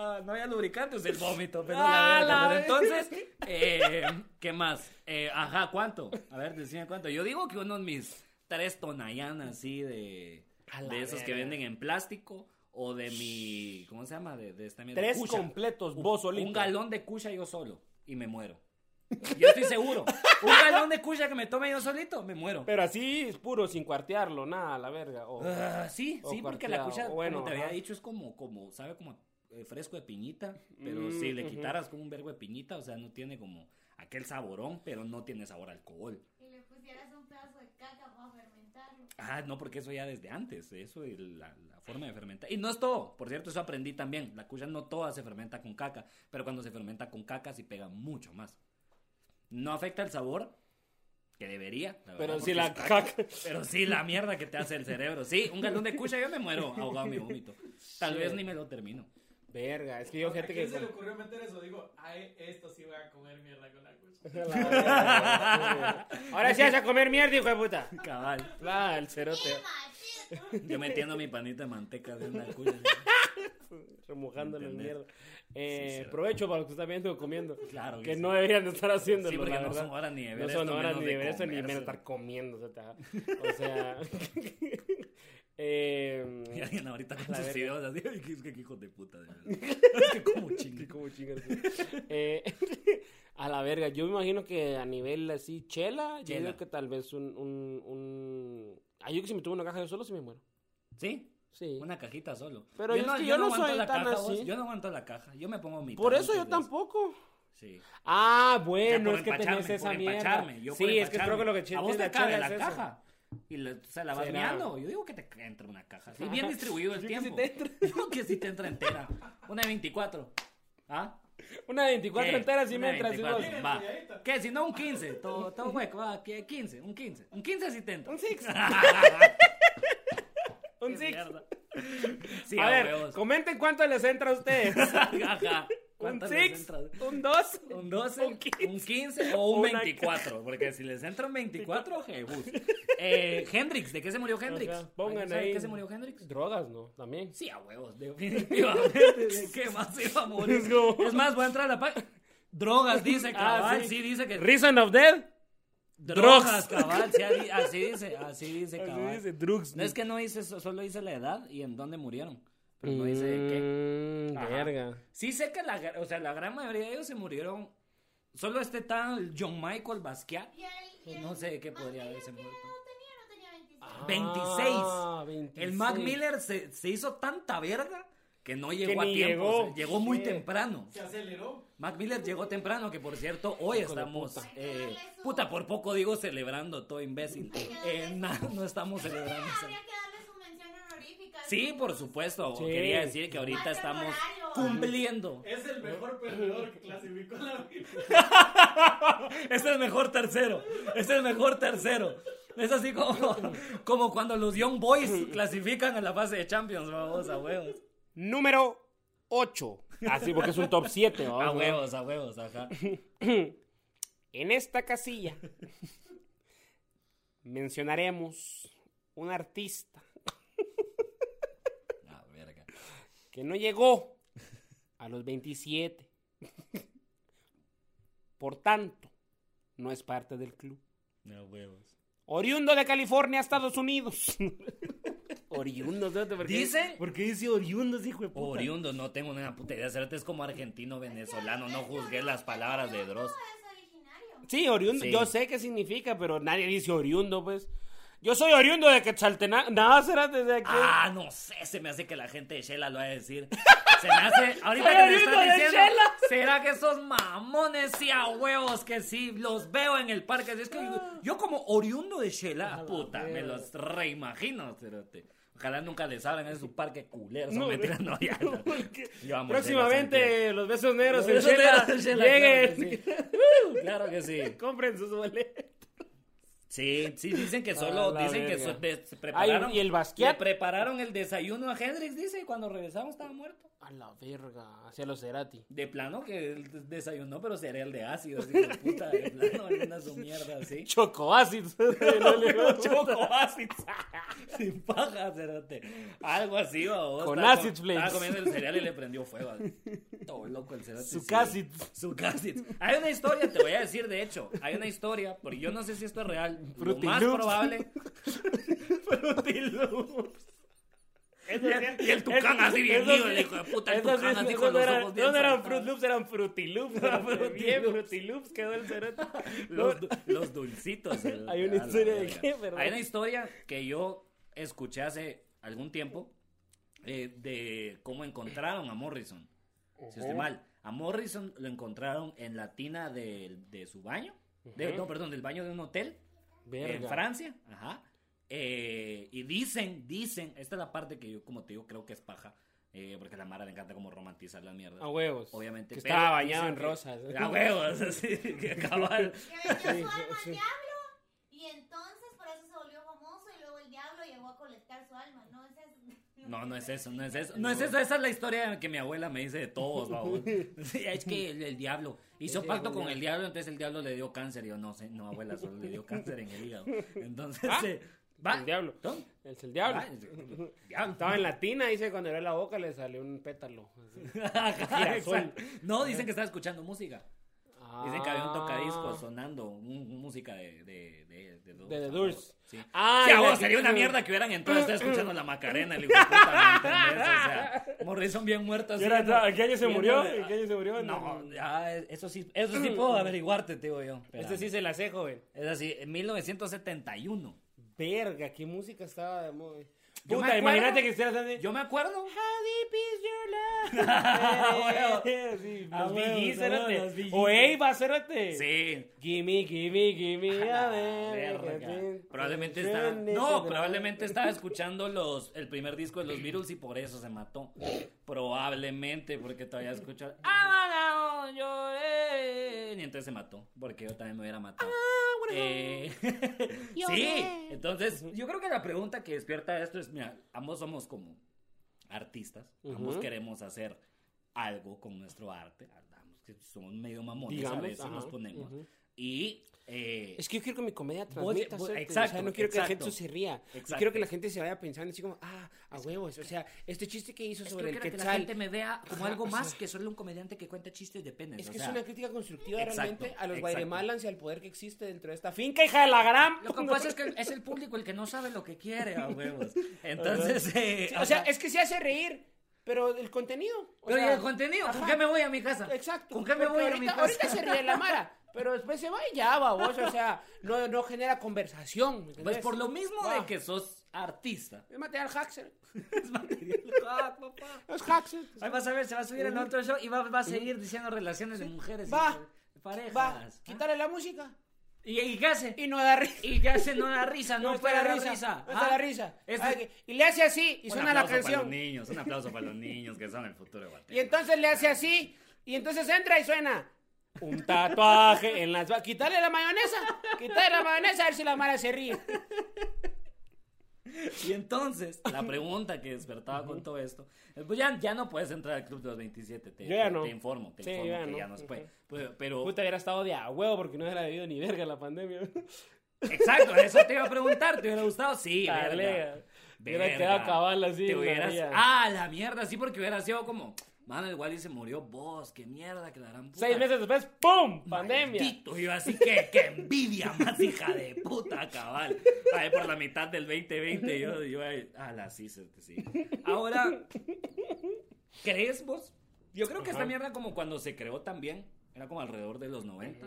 [SPEAKER 2] Ah, no había lubricantes el vómito, pero,
[SPEAKER 1] Ah,
[SPEAKER 2] la
[SPEAKER 1] la
[SPEAKER 2] verga. Pero entonces, eh, ¿qué más? Eh, ajá, ¿cuánto? A ver, decime cuánto. Yo digo que unos mis tres tonayanas así de,
[SPEAKER 1] A la
[SPEAKER 2] de esos que
[SPEAKER 1] verga.
[SPEAKER 2] venden en plástico o de mi, ¿cómo se llama? De, de esta mierda.
[SPEAKER 1] Tres
[SPEAKER 2] Cucha.
[SPEAKER 1] completos, vos solito.
[SPEAKER 2] Un galón de cucha yo solo y me muero. Yo estoy seguro. Un galón de cucha que me tome yo solito, me muero.
[SPEAKER 1] Pero así es puro, sin cuartearlo, nada, la verga. o-
[SPEAKER 2] Ah, sí,
[SPEAKER 1] O
[SPEAKER 2] sí, porque la
[SPEAKER 1] cuarteado,
[SPEAKER 2] cucha,
[SPEAKER 1] bueno,
[SPEAKER 2] como te había
[SPEAKER 1] ajá.
[SPEAKER 2] dicho, es como, como, sabe como eh, fresco de piñita, pero
[SPEAKER 1] Mm,
[SPEAKER 2] si le
[SPEAKER 1] ujú.
[SPEAKER 2] quitaras como un vergo de piñita, o sea, no tiene como aquel saborón, pero no tiene sabor a alcohol.
[SPEAKER 3] Y le pusieras un pedazo de caca para fermentarlo.
[SPEAKER 2] Ah, no, porque eso ya desde antes, eso y la, la forma de fermentar. Y no es todo, por cierto, eso aprendí también. La cucha no toda se fermenta con caca, pero cuando se fermenta con caca sí pega mucho más. No afecta el sabor, que debería. la verdad,
[SPEAKER 1] pero si
[SPEAKER 2] porque
[SPEAKER 1] la
[SPEAKER 2] está-
[SPEAKER 1] caca.
[SPEAKER 2] Pero sí, la mierda que te hace el cerebro. Sí, un galón de cucha, yo me muero ahogado en mi vómito. Tal
[SPEAKER 1] Sí.
[SPEAKER 2] vez ni me lo termino.
[SPEAKER 1] Verga, es que yo,
[SPEAKER 4] ¿A
[SPEAKER 1] gente
[SPEAKER 4] quién
[SPEAKER 1] que.
[SPEAKER 4] se le ocurrió meter eso? Digo, ay, esto sí voy a comer mierda con la cucha.
[SPEAKER 1] La verga, güey. Ahora sí vas a comer mierda, hijo de puta.
[SPEAKER 2] Cabal.
[SPEAKER 1] Ah, el cerote.
[SPEAKER 3] ¡Qué machito!
[SPEAKER 2] Yo metiendo mi panita de manteca de una cucha.
[SPEAKER 1] Remojándolo en
[SPEAKER 2] ¿Entendés?
[SPEAKER 1] mierda. Eh,
[SPEAKER 2] cerote.
[SPEAKER 1] provecho para los que están viendo comiendo.
[SPEAKER 2] Claro
[SPEAKER 1] Que
[SPEAKER 2] sí.
[SPEAKER 1] no deberían de estar haciéndolo,
[SPEAKER 2] Sí, porque
[SPEAKER 1] la
[SPEAKER 2] no
[SPEAKER 1] verdad.
[SPEAKER 2] son horas ni de ver
[SPEAKER 1] No
[SPEAKER 2] esto,
[SPEAKER 1] son horas
[SPEAKER 2] menos
[SPEAKER 1] ni
[SPEAKER 2] de
[SPEAKER 1] de ver eso, ni menos
[SPEAKER 2] comerse.
[SPEAKER 1] de estar comiendo. O sea, o sea, eh,
[SPEAKER 2] Y alguien ahorita con
[SPEAKER 1] La
[SPEAKER 2] sus
[SPEAKER 1] verga.
[SPEAKER 2] videos así, "Ay, que es que qué hijo de puta, de verdad. Es que como
[SPEAKER 1] Sí,
[SPEAKER 2] chingo.
[SPEAKER 1] como chingas, güey. Eh, a la verga, yo me imagino que a nivel así, chela, yo
[SPEAKER 2] Chela.
[SPEAKER 1] digo que tal vez un, un, un... Ah, yo que si me tomo una caja yo solo, sí me muero.
[SPEAKER 2] Sí,
[SPEAKER 1] Sí.
[SPEAKER 2] una cajita solo.
[SPEAKER 1] Pero es que yo no
[SPEAKER 2] aguanto
[SPEAKER 1] soy
[SPEAKER 2] la
[SPEAKER 1] tan
[SPEAKER 2] caja, vos.
[SPEAKER 1] así.
[SPEAKER 2] Yo no aguanto la caja, yo me pongo mi
[SPEAKER 1] Por eso yo tampoco.
[SPEAKER 2] Sí.
[SPEAKER 1] Ah,
[SPEAKER 2] Ya
[SPEAKER 1] bueno,
[SPEAKER 2] por
[SPEAKER 1] es que
[SPEAKER 2] empacharme,
[SPEAKER 1] tenés esa
[SPEAKER 2] por
[SPEAKER 1] mierda.
[SPEAKER 2] empacharme, yo por
[SPEAKER 1] sí, es que creo que lo que
[SPEAKER 2] empacharme.
[SPEAKER 1] chiste
[SPEAKER 2] A vos
[SPEAKER 1] de
[SPEAKER 2] te
[SPEAKER 1] la
[SPEAKER 2] cabe
[SPEAKER 1] chela
[SPEAKER 2] la
[SPEAKER 1] es eso.
[SPEAKER 2] caja. Y le- se la vas
[SPEAKER 1] Será.
[SPEAKER 2] mirando. Yo digo que te entra una caja. así, bien distribuido el
[SPEAKER 1] Yo que sí
[SPEAKER 2] tiempo.
[SPEAKER 1] te
[SPEAKER 2] Yo que sí te entra entera. Una de 24. ¿Ah?
[SPEAKER 1] Una de 24
[SPEAKER 2] ¿Qué?
[SPEAKER 1] enteras y
[SPEAKER 2] Una
[SPEAKER 1] me
[SPEAKER 2] de
[SPEAKER 1] entras. y
[SPEAKER 2] 24.
[SPEAKER 1] vos-
[SPEAKER 2] Va.
[SPEAKER 4] Cuidadito.
[SPEAKER 2] ¿Qué? Si no, un 15. Todo, todo hueco. Va, ¿qué? 15. Un 15. Un 15 sí te entra.
[SPEAKER 1] Un six. Un
[SPEAKER 2] Qué
[SPEAKER 1] six.
[SPEAKER 2] mierda. Sí,
[SPEAKER 1] a ver,
[SPEAKER 2] huevos.
[SPEAKER 1] comenten cuánto les entra a ustedes.
[SPEAKER 2] Ajá.
[SPEAKER 1] un
[SPEAKER 2] ¿Cuántas les
[SPEAKER 1] 6,
[SPEAKER 2] entra?
[SPEAKER 1] un 2.
[SPEAKER 2] Un 12, un 15, o un
[SPEAKER 1] Una ca-
[SPEAKER 2] 24. Porque si les entra un 24, jebus. Eh, Hendrix, ¿de qué se murió Hendrix?
[SPEAKER 1] Ajá, pongan
[SPEAKER 2] ¿Alguien sabe
[SPEAKER 1] ahí.
[SPEAKER 2] ¿De qué se murió Hendrix?
[SPEAKER 1] Drogas, ¿no? También.
[SPEAKER 2] Sí, a huevos, definitivamente. ¿De qué más se iba a morir?
[SPEAKER 1] Es como- Ah,
[SPEAKER 2] Es más, voy a entrar a la página. Drogas, dice cabal.
[SPEAKER 1] sí.
[SPEAKER 2] sí. dice que.
[SPEAKER 1] Reason of Death.
[SPEAKER 2] Drogas,
[SPEAKER 1] Drogs.
[SPEAKER 2] cabal. sí, así- así dice, así dice
[SPEAKER 1] Así
[SPEAKER 2] cabal.
[SPEAKER 1] dice, drugs.
[SPEAKER 2] No es que no dice, eso, solo dice la edad y en dónde murieron. Pero no dice de qué.
[SPEAKER 1] Mm,
[SPEAKER 2] Ajá.
[SPEAKER 1] verga.
[SPEAKER 2] Sí sé que la, gra- o sea, la gran mayoría de ellos se murieron. Solo este tal John Michael Basquiat.
[SPEAKER 3] Y el- y el
[SPEAKER 2] No sé qué
[SPEAKER 3] Mac
[SPEAKER 2] podría
[SPEAKER 3] Miller
[SPEAKER 2] haberse
[SPEAKER 3] que
[SPEAKER 2] muerto.
[SPEAKER 3] No tenía, no tenía 25.
[SPEAKER 1] Ah, 26.
[SPEAKER 2] El Mac Miller se, se hizo tanta verga que no llegó a
[SPEAKER 1] ni
[SPEAKER 2] tiempo.
[SPEAKER 1] llegó.
[SPEAKER 2] o sea, llegó muy
[SPEAKER 1] Sí.
[SPEAKER 2] temprano.
[SPEAKER 4] Se aceleró.
[SPEAKER 2] Mac Miller llegó temprano, que por cierto, hoy
[SPEAKER 1] Hijo de
[SPEAKER 2] estamos.
[SPEAKER 1] puta.
[SPEAKER 2] eh, puta, por poco digo celebrando todo imbécil. Eh, no, no estamos celebrando. esa-
[SPEAKER 3] Habría que darle su mención honorífica.
[SPEAKER 2] Sí, por supuesto.
[SPEAKER 1] Sí.
[SPEAKER 2] Quería decir que ahorita
[SPEAKER 3] Marca el
[SPEAKER 2] estamos
[SPEAKER 3] horario.
[SPEAKER 2] cumpliendo.
[SPEAKER 4] Es el mejor perdedor que clasificó la vida.
[SPEAKER 2] Este Es el mejor tercero. este Es el mejor tercero. Es así como, como cuando los Young Boys clasifican a la fase de Champions, vamos, a huevos.
[SPEAKER 1] Número 8. Así, Ah, porque es un top 7.
[SPEAKER 2] A huevos, a huevos, ajá.
[SPEAKER 1] En esta casilla mencionaremos un artista
[SPEAKER 2] Ah, verga.
[SPEAKER 1] que no llegó a los 27. Por tanto, no es parte del club.
[SPEAKER 2] A huevos.
[SPEAKER 1] Oriundo de California, Estados Unidos. oriundo, ¿sabes por qué?
[SPEAKER 2] Dice-
[SPEAKER 1] ¿Por qué dice oriundo, ese hijo de puta?
[SPEAKER 2] Oriundo, no tengo una puta idea. Cerote es como argentino, venezolano. No juzgué las palabras de Dross.
[SPEAKER 3] Es originario.
[SPEAKER 1] Sí, oriundo.
[SPEAKER 2] Sí.
[SPEAKER 1] Yo sé qué significa, pero nadie dice oriundo, pues. Yo soy oriundo de Quetzaltenango. Nada, será desde aquí.
[SPEAKER 2] Ah, no sé. Se me hace que la gente de Shela lo va a decir. Se me hace. Ahorita
[SPEAKER 1] Soy
[SPEAKER 2] que me
[SPEAKER 1] oriundo
[SPEAKER 2] estás
[SPEAKER 1] de
[SPEAKER 2] diciendo.
[SPEAKER 1] Shela.
[SPEAKER 2] ¿Será que esos mamones sí a huevos que sí los veo en el parque? Es que yo, yo como oriundo de Shela, puta, me los reimagino, cerote. Ojalá nunca les abran en su parque culero. No,
[SPEAKER 1] No,
[SPEAKER 2] mentiras, no, ya. ya. Yo amo Shela,
[SPEAKER 1] Próximamente, los besos negros
[SPEAKER 2] son mentiras. Los
[SPEAKER 1] en
[SPEAKER 2] besos
[SPEAKER 1] Shela.
[SPEAKER 2] de Shela,
[SPEAKER 1] Lleguen.
[SPEAKER 2] Claro que Uh, sí. Claro que sí.
[SPEAKER 1] Compren sus boletos.
[SPEAKER 2] Sí, sí, dicen que solo,
[SPEAKER 1] A la
[SPEAKER 2] dicen que
[SPEAKER 1] verga.
[SPEAKER 2] so- de- se prepararon.
[SPEAKER 1] Ay, ¿y el
[SPEAKER 2] le
[SPEAKER 1] Basquiat?
[SPEAKER 2] prepararon el desayuno a Hendrix, dice, y cuando regresamos estaba muerto.
[SPEAKER 1] A la verga, hacia los Cerati.
[SPEAKER 2] De plano que él des- desayunó, pero cereal de ácido, así de puta, de plano, alguna su mierda así.
[SPEAKER 1] Chocoacid.
[SPEAKER 2] Pero choco ácido. Sin paja, cerote. Algo así, babos.
[SPEAKER 1] Con
[SPEAKER 2] Estaba
[SPEAKER 1] acid flakes.
[SPEAKER 2] Estaba comiendo el cereal y le prendió fuego. Todo loco el cerote. sí.
[SPEAKER 1] Sucacid.
[SPEAKER 2] Sucacid. Hay una historia, te voy a decir, de hecho. Hay una historia, porque yo no sé si esto es real.
[SPEAKER 1] Fruity
[SPEAKER 2] lo más
[SPEAKER 1] Loops.
[SPEAKER 2] probable. Fruity Loops.
[SPEAKER 1] sí-
[SPEAKER 2] y el tucán así bien
[SPEAKER 1] eso sí-
[SPEAKER 2] lío, el hijo de puta. El
[SPEAKER 1] eso sí-
[SPEAKER 2] tucán así
[SPEAKER 1] eso
[SPEAKER 2] con
[SPEAKER 1] no
[SPEAKER 2] los
[SPEAKER 1] era-
[SPEAKER 2] ojos bien
[SPEAKER 1] No eran
[SPEAKER 2] saltados.
[SPEAKER 1] Fruit Loops, eran Frutiloops.
[SPEAKER 2] Eran
[SPEAKER 1] eran Fruity
[SPEAKER 2] Fruity
[SPEAKER 1] Loops. quedó el cerote.
[SPEAKER 2] Los, du- los dulcitos. el-
[SPEAKER 1] Hay una
[SPEAKER 2] a la
[SPEAKER 1] historia de
[SPEAKER 2] verga.
[SPEAKER 1] qué, ¿verdad?
[SPEAKER 2] Hay una historia que yo escuché hace algún tiempo eh, de cómo encontraron a Morrison. Si
[SPEAKER 1] Oh.
[SPEAKER 2] estoy mal, a Morrison lo encontraron en la tina del- de, su baño. De-
[SPEAKER 1] Ujú.
[SPEAKER 2] No, perdón, del baño de un hotel en
[SPEAKER 1] Verga.
[SPEAKER 2] Francia. Ajá. Eh, y dicen, dicen, esta es la parte que yo, como te digo, creo que es paja. eh, porque a la Mara le encanta como romantizar la mierda.
[SPEAKER 1] A huevos.
[SPEAKER 2] Obviamente.
[SPEAKER 1] Que
[SPEAKER 2] pero
[SPEAKER 1] estaba bañado en
[SPEAKER 2] dicen que-
[SPEAKER 1] rosas.
[SPEAKER 2] A huevos, así, que cabal.
[SPEAKER 3] Que vendió su alma
[SPEAKER 1] Sí, sí.
[SPEAKER 3] al diablo. Y entonces por eso se volvió famoso y luego el diablo llegó a colectar su alma. No es eso.
[SPEAKER 2] No, no es eso, no es eso. No es eso, esa es la historia que mi abuela me dice de todos, babón. Sí, Es que el, el diablo hizo
[SPEAKER 1] Sí,
[SPEAKER 2] pacto
[SPEAKER 1] el
[SPEAKER 2] con
[SPEAKER 1] diablo.
[SPEAKER 2] el diablo, entonces el diablo le dio cáncer. Y yo no sé, no, abuela, solo le dio cáncer en el hígado. Entonces,
[SPEAKER 1] Ah,
[SPEAKER 2] eh, va.
[SPEAKER 1] El diablo.
[SPEAKER 2] ¿Tom?
[SPEAKER 1] Es el diablo.
[SPEAKER 2] Va, Ah, el diablo.
[SPEAKER 1] Estaba en la tina, dice, cuando le abrió la boca le salió un pétalo.
[SPEAKER 2] Ajá,
[SPEAKER 1] girasol.
[SPEAKER 2] exacto. No, dicen que estaba escuchando música. Dicen que había un tocadiscos
[SPEAKER 1] Ah.
[SPEAKER 2] sonando un- música de. de. de. de,
[SPEAKER 1] De The Doors.
[SPEAKER 2] Sí.
[SPEAKER 1] Ah,
[SPEAKER 2] Sí, a
[SPEAKER 1] y
[SPEAKER 2] vos,
[SPEAKER 1] la-
[SPEAKER 2] sería una mierda que hubieran entrado estar escuchando la Macarena, el hijo de puta, ¿me entendés? O sea, Morrison bien muerto así.
[SPEAKER 1] ¿Y ahora,
[SPEAKER 2] ¿no?
[SPEAKER 1] ¿a qué año se murió?
[SPEAKER 2] Viéndole-
[SPEAKER 1] ¿En qué año se murió?
[SPEAKER 2] No, ah, eso sí, eso sí puedo averiguarte, te digo yo.
[SPEAKER 1] Este sí se la sé, joven.
[SPEAKER 2] Es así, en 1971.
[SPEAKER 1] Verga, qué música estaba de moda.
[SPEAKER 2] Yo me
[SPEAKER 1] Puta,
[SPEAKER 2] acuerdo-
[SPEAKER 1] imagínate que estuvieras así.
[SPEAKER 2] Yo me acuerdo.
[SPEAKER 1] How deep is your
[SPEAKER 2] Ah,
[SPEAKER 1] love? Eh, sí,
[SPEAKER 2] Ah,
[SPEAKER 1] los
[SPEAKER 2] huevo,
[SPEAKER 1] Bee Gees,
[SPEAKER 2] no,
[SPEAKER 1] espérate.
[SPEAKER 2] los Bee Gees.
[SPEAKER 1] O Eva, espérate.
[SPEAKER 2] Sí.
[SPEAKER 1] Gimme, gimme,
[SPEAKER 2] A
[SPEAKER 1] gimme,
[SPEAKER 2] la
[SPEAKER 1] a ver.
[SPEAKER 2] verga.
[SPEAKER 1] que te-
[SPEAKER 2] Probablemente
[SPEAKER 1] te-
[SPEAKER 2] estaba.
[SPEAKER 1] te-
[SPEAKER 2] No,
[SPEAKER 1] te-
[SPEAKER 2] probablemente estaba escuchando los, el primer disco de los Beatles y por eso se mató. Probablemente, porque todavía escucha. "Ah, no, yo, eh", Y entonces se mató, porque yo también me hubiera matado.
[SPEAKER 1] Ah,
[SPEAKER 2] Eh, sí, entonces yo creo que la pregunta que despierta esto es, mira, ambos somos como artistas, ambos
[SPEAKER 1] Ujú.
[SPEAKER 2] queremos hacer algo con nuestro arte, ambos que somos medio mamones a
[SPEAKER 1] Digamos,
[SPEAKER 2] veces nos
[SPEAKER 1] ajá,
[SPEAKER 2] ponemos.
[SPEAKER 1] ujú.
[SPEAKER 2] Y eh,
[SPEAKER 1] Es que yo quiero que mi comedia
[SPEAKER 2] Vos-
[SPEAKER 1] transmita.
[SPEAKER 2] vos-
[SPEAKER 1] suerte,
[SPEAKER 2] exacto,
[SPEAKER 1] o sea, no quiero que la
[SPEAKER 2] exacto.
[SPEAKER 1] gente se ría. Yo
[SPEAKER 2] Exacto.
[SPEAKER 1] quiero que la gente se vaya pensando así como, ah, a huevos. O sea, este chiste que hizo
[SPEAKER 2] es que
[SPEAKER 1] sobre
[SPEAKER 2] yo
[SPEAKER 1] el
[SPEAKER 2] quiero que la
[SPEAKER 1] quetzal.
[SPEAKER 2] gente me vea como
[SPEAKER 1] Ajá,
[SPEAKER 2] algo
[SPEAKER 1] o
[SPEAKER 2] más
[SPEAKER 1] sea,
[SPEAKER 2] que solo un comediante que cuenta chistes de penes.
[SPEAKER 1] Es
[SPEAKER 2] o
[SPEAKER 1] que
[SPEAKER 2] sea,
[SPEAKER 1] es una crítica constructiva
[SPEAKER 2] Exacto,
[SPEAKER 1] realmente a los
[SPEAKER 2] exacto.
[SPEAKER 1] guaremalans y al poder que existe dentro de esta finca, hija de la gran.
[SPEAKER 2] Lo que pasa es que es el público el que no sabe lo que quiere, a huevos. Entonces, eh,
[SPEAKER 1] Sí, o sea, es que se hace reír, pero el contenido. o
[SPEAKER 2] pero ¿y
[SPEAKER 1] sea,
[SPEAKER 2] el contenido, ¿con
[SPEAKER 1] ajá.
[SPEAKER 2] qué me voy a mi casa?
[SPEAKER 1] Exacto.
[SPEAKER 2] ¿Con qué me
[SPEAKER 1] porque
[SPEAKER 2] voy a mi
[SPEAKER 1] ahorita,
[SPEAKER 2] casa?
[SPEAKER 1] ahorita se ríe la Mara, pero después se va y ya, babos. O sea, no, no genera conversación. ¿me
[SPEAKER 2] Pues
[SPEAKER 1] entendés?
[SPEAKER 2] por lo mismo de
[SPEAKER 1] Va.
[SPEAKER 2] que sos artista.
[SPEAKER 1] Es material hacker.
[SPEAKER 2] Es material. Ah, papá.
[SPEAKER 1] Es hacker.
[SPEAKER 2] Ahí vas a ver, se va a subir en otro show y va, va a seguir diciendo relaciones de mujeres. y
[SPEAKER 1] Va.
[SPEAKER 2] de parejas.
[SPEAKER 1] Va,
[SPEAKER 2] Ah.
[SPEAKER 1] quítale la música.
[SPEAKER 2] ¿Y, y qué hace?
[SPEAKER 1] Y no da risa.
[SPEAKER 2] ¿Y qué hace? No da risa, no,
[SPEAKER 1] está
[SPEAKER 2] puede
[SPEAKER 1] la
[SPEAKER 2] dar
[SPEAKER 1] risa. Este
[SPEAKER 2] risa.
[SPEAKER 1] No está
[SPEAKER 2] Ah,
[SPEAKER 1] la risa.
[SPEAKER 2] es-
[SPEAKER 1] Ay, que- Y le hace así y
[SPEAKER 2] Un
[SPEAKER 1] suena la
[SPEAKER 2] aplauso Para los
[SPEAKER 1] canción.
[SPEAKER 2] niños, un aplauso para los niños que son el futuro de Guatemala.
[SPEAKER 1] Y entonces le hace así y entonces entra y suena. Un tatuaje en las... Quítale la mayonesa. Quítale la mayonesa a ver si la Mara se ríe.
[SPEAKER 2] Y entonces, la pregunta que despertaba con todo esto, es, pues ya, ya no puedes entrar al club de los 27, te,
[SPEAKER 1] Yo ya
[SPEAKER 2] te-
[SPEAKER 1] no.
[SPEAKER 2] te informo, te
[SPEAKER 1] Sí,
[SPEAKER 2] informo
[SPEAKER 1] ya
[SPEAKER 2] que
[SPEAKER 1] no.
[SPEAKER 2] ya no se puede.
[SPEAKER 1] Ujú.
[SPEAKER 2] Pues, Pero,
[SPEAKER 1] Puta, hubiera estado de a huevo porque no hubiera debido ni verga la pandemia.
[SPEAKER 2] exacto, eso te iba a preguntar, ¿te hubiera gustado? Sí,
[SPEAKER 1] Dale.
[SPEAKER 2] verga.
[SPEAKER 1] Hubiera
[SPEAKER 2] Verga.
[SPEAKER 1] quedado cabal así,
[SPEAKER 2] Te
[SPEAKER 1] la
[SPEAKER 2] hubieras-
[SPEAKER 1] vida.
[SPEAKER 2] Ah, la mierda, sí, porque hubiera sido como, mano, igual y se murió vos, qué mierda, que la gran puta.
[SPEAKER 1] Seis meses después, ¡pum! Pandemia.
[SPEAKER 2] Maldito, yo así que, que envidia más hija de puta, cabal. Ay, por la mitad del 2020 yo, yo ay, ala, sí, sí, sí. Ahora, ¿crees vos? Yo creo que esta
[SPEAKER 1] Ajá.
[SPEAKER 2] mierda como cuando se creó también, era como alrededor de los 90.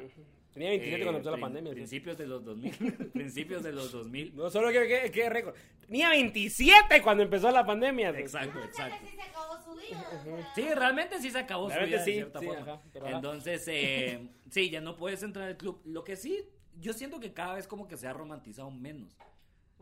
[SPEAKER 1] Tenía 27
[SPEAKER 2] Eh,
[SPEAKER 1] cuando empezó la
[SPEAKER 2] prin-
[SPEAKER 1] pandemia. ¿sí?
[SPEAKER 2] Principios de los 2000, principios de los 2000.
[SPEAKER 1] No, solo que que- que récord. Tenía 27 cuando empezó la pandemia. ¿sí?
[SPEAKER 2] Exacto,
[SPEAKER 3] No, Ah, o sea,
[SPEAKER 2] exacto.
[SPEAKER 3] que sí se acabó su vida. o sea,
[SPEAKER 2] Sí, realmente sí se acabó su
[SPEAKER 1] Realmente
[SPEAKER 2] vida
[SPEAKER 1] sí,
[SPEAKER 2] de cierta
[SPEAKER 1] sí,
[SPEAKER 2] forma.
[SPEAKER 1] ajá, pero ajá.
[SPEAKER 2] Entonces, eh, sí, ya no puedes entrar al club. Lo que sí, yo siento que cada vez como que se ha romantizado menos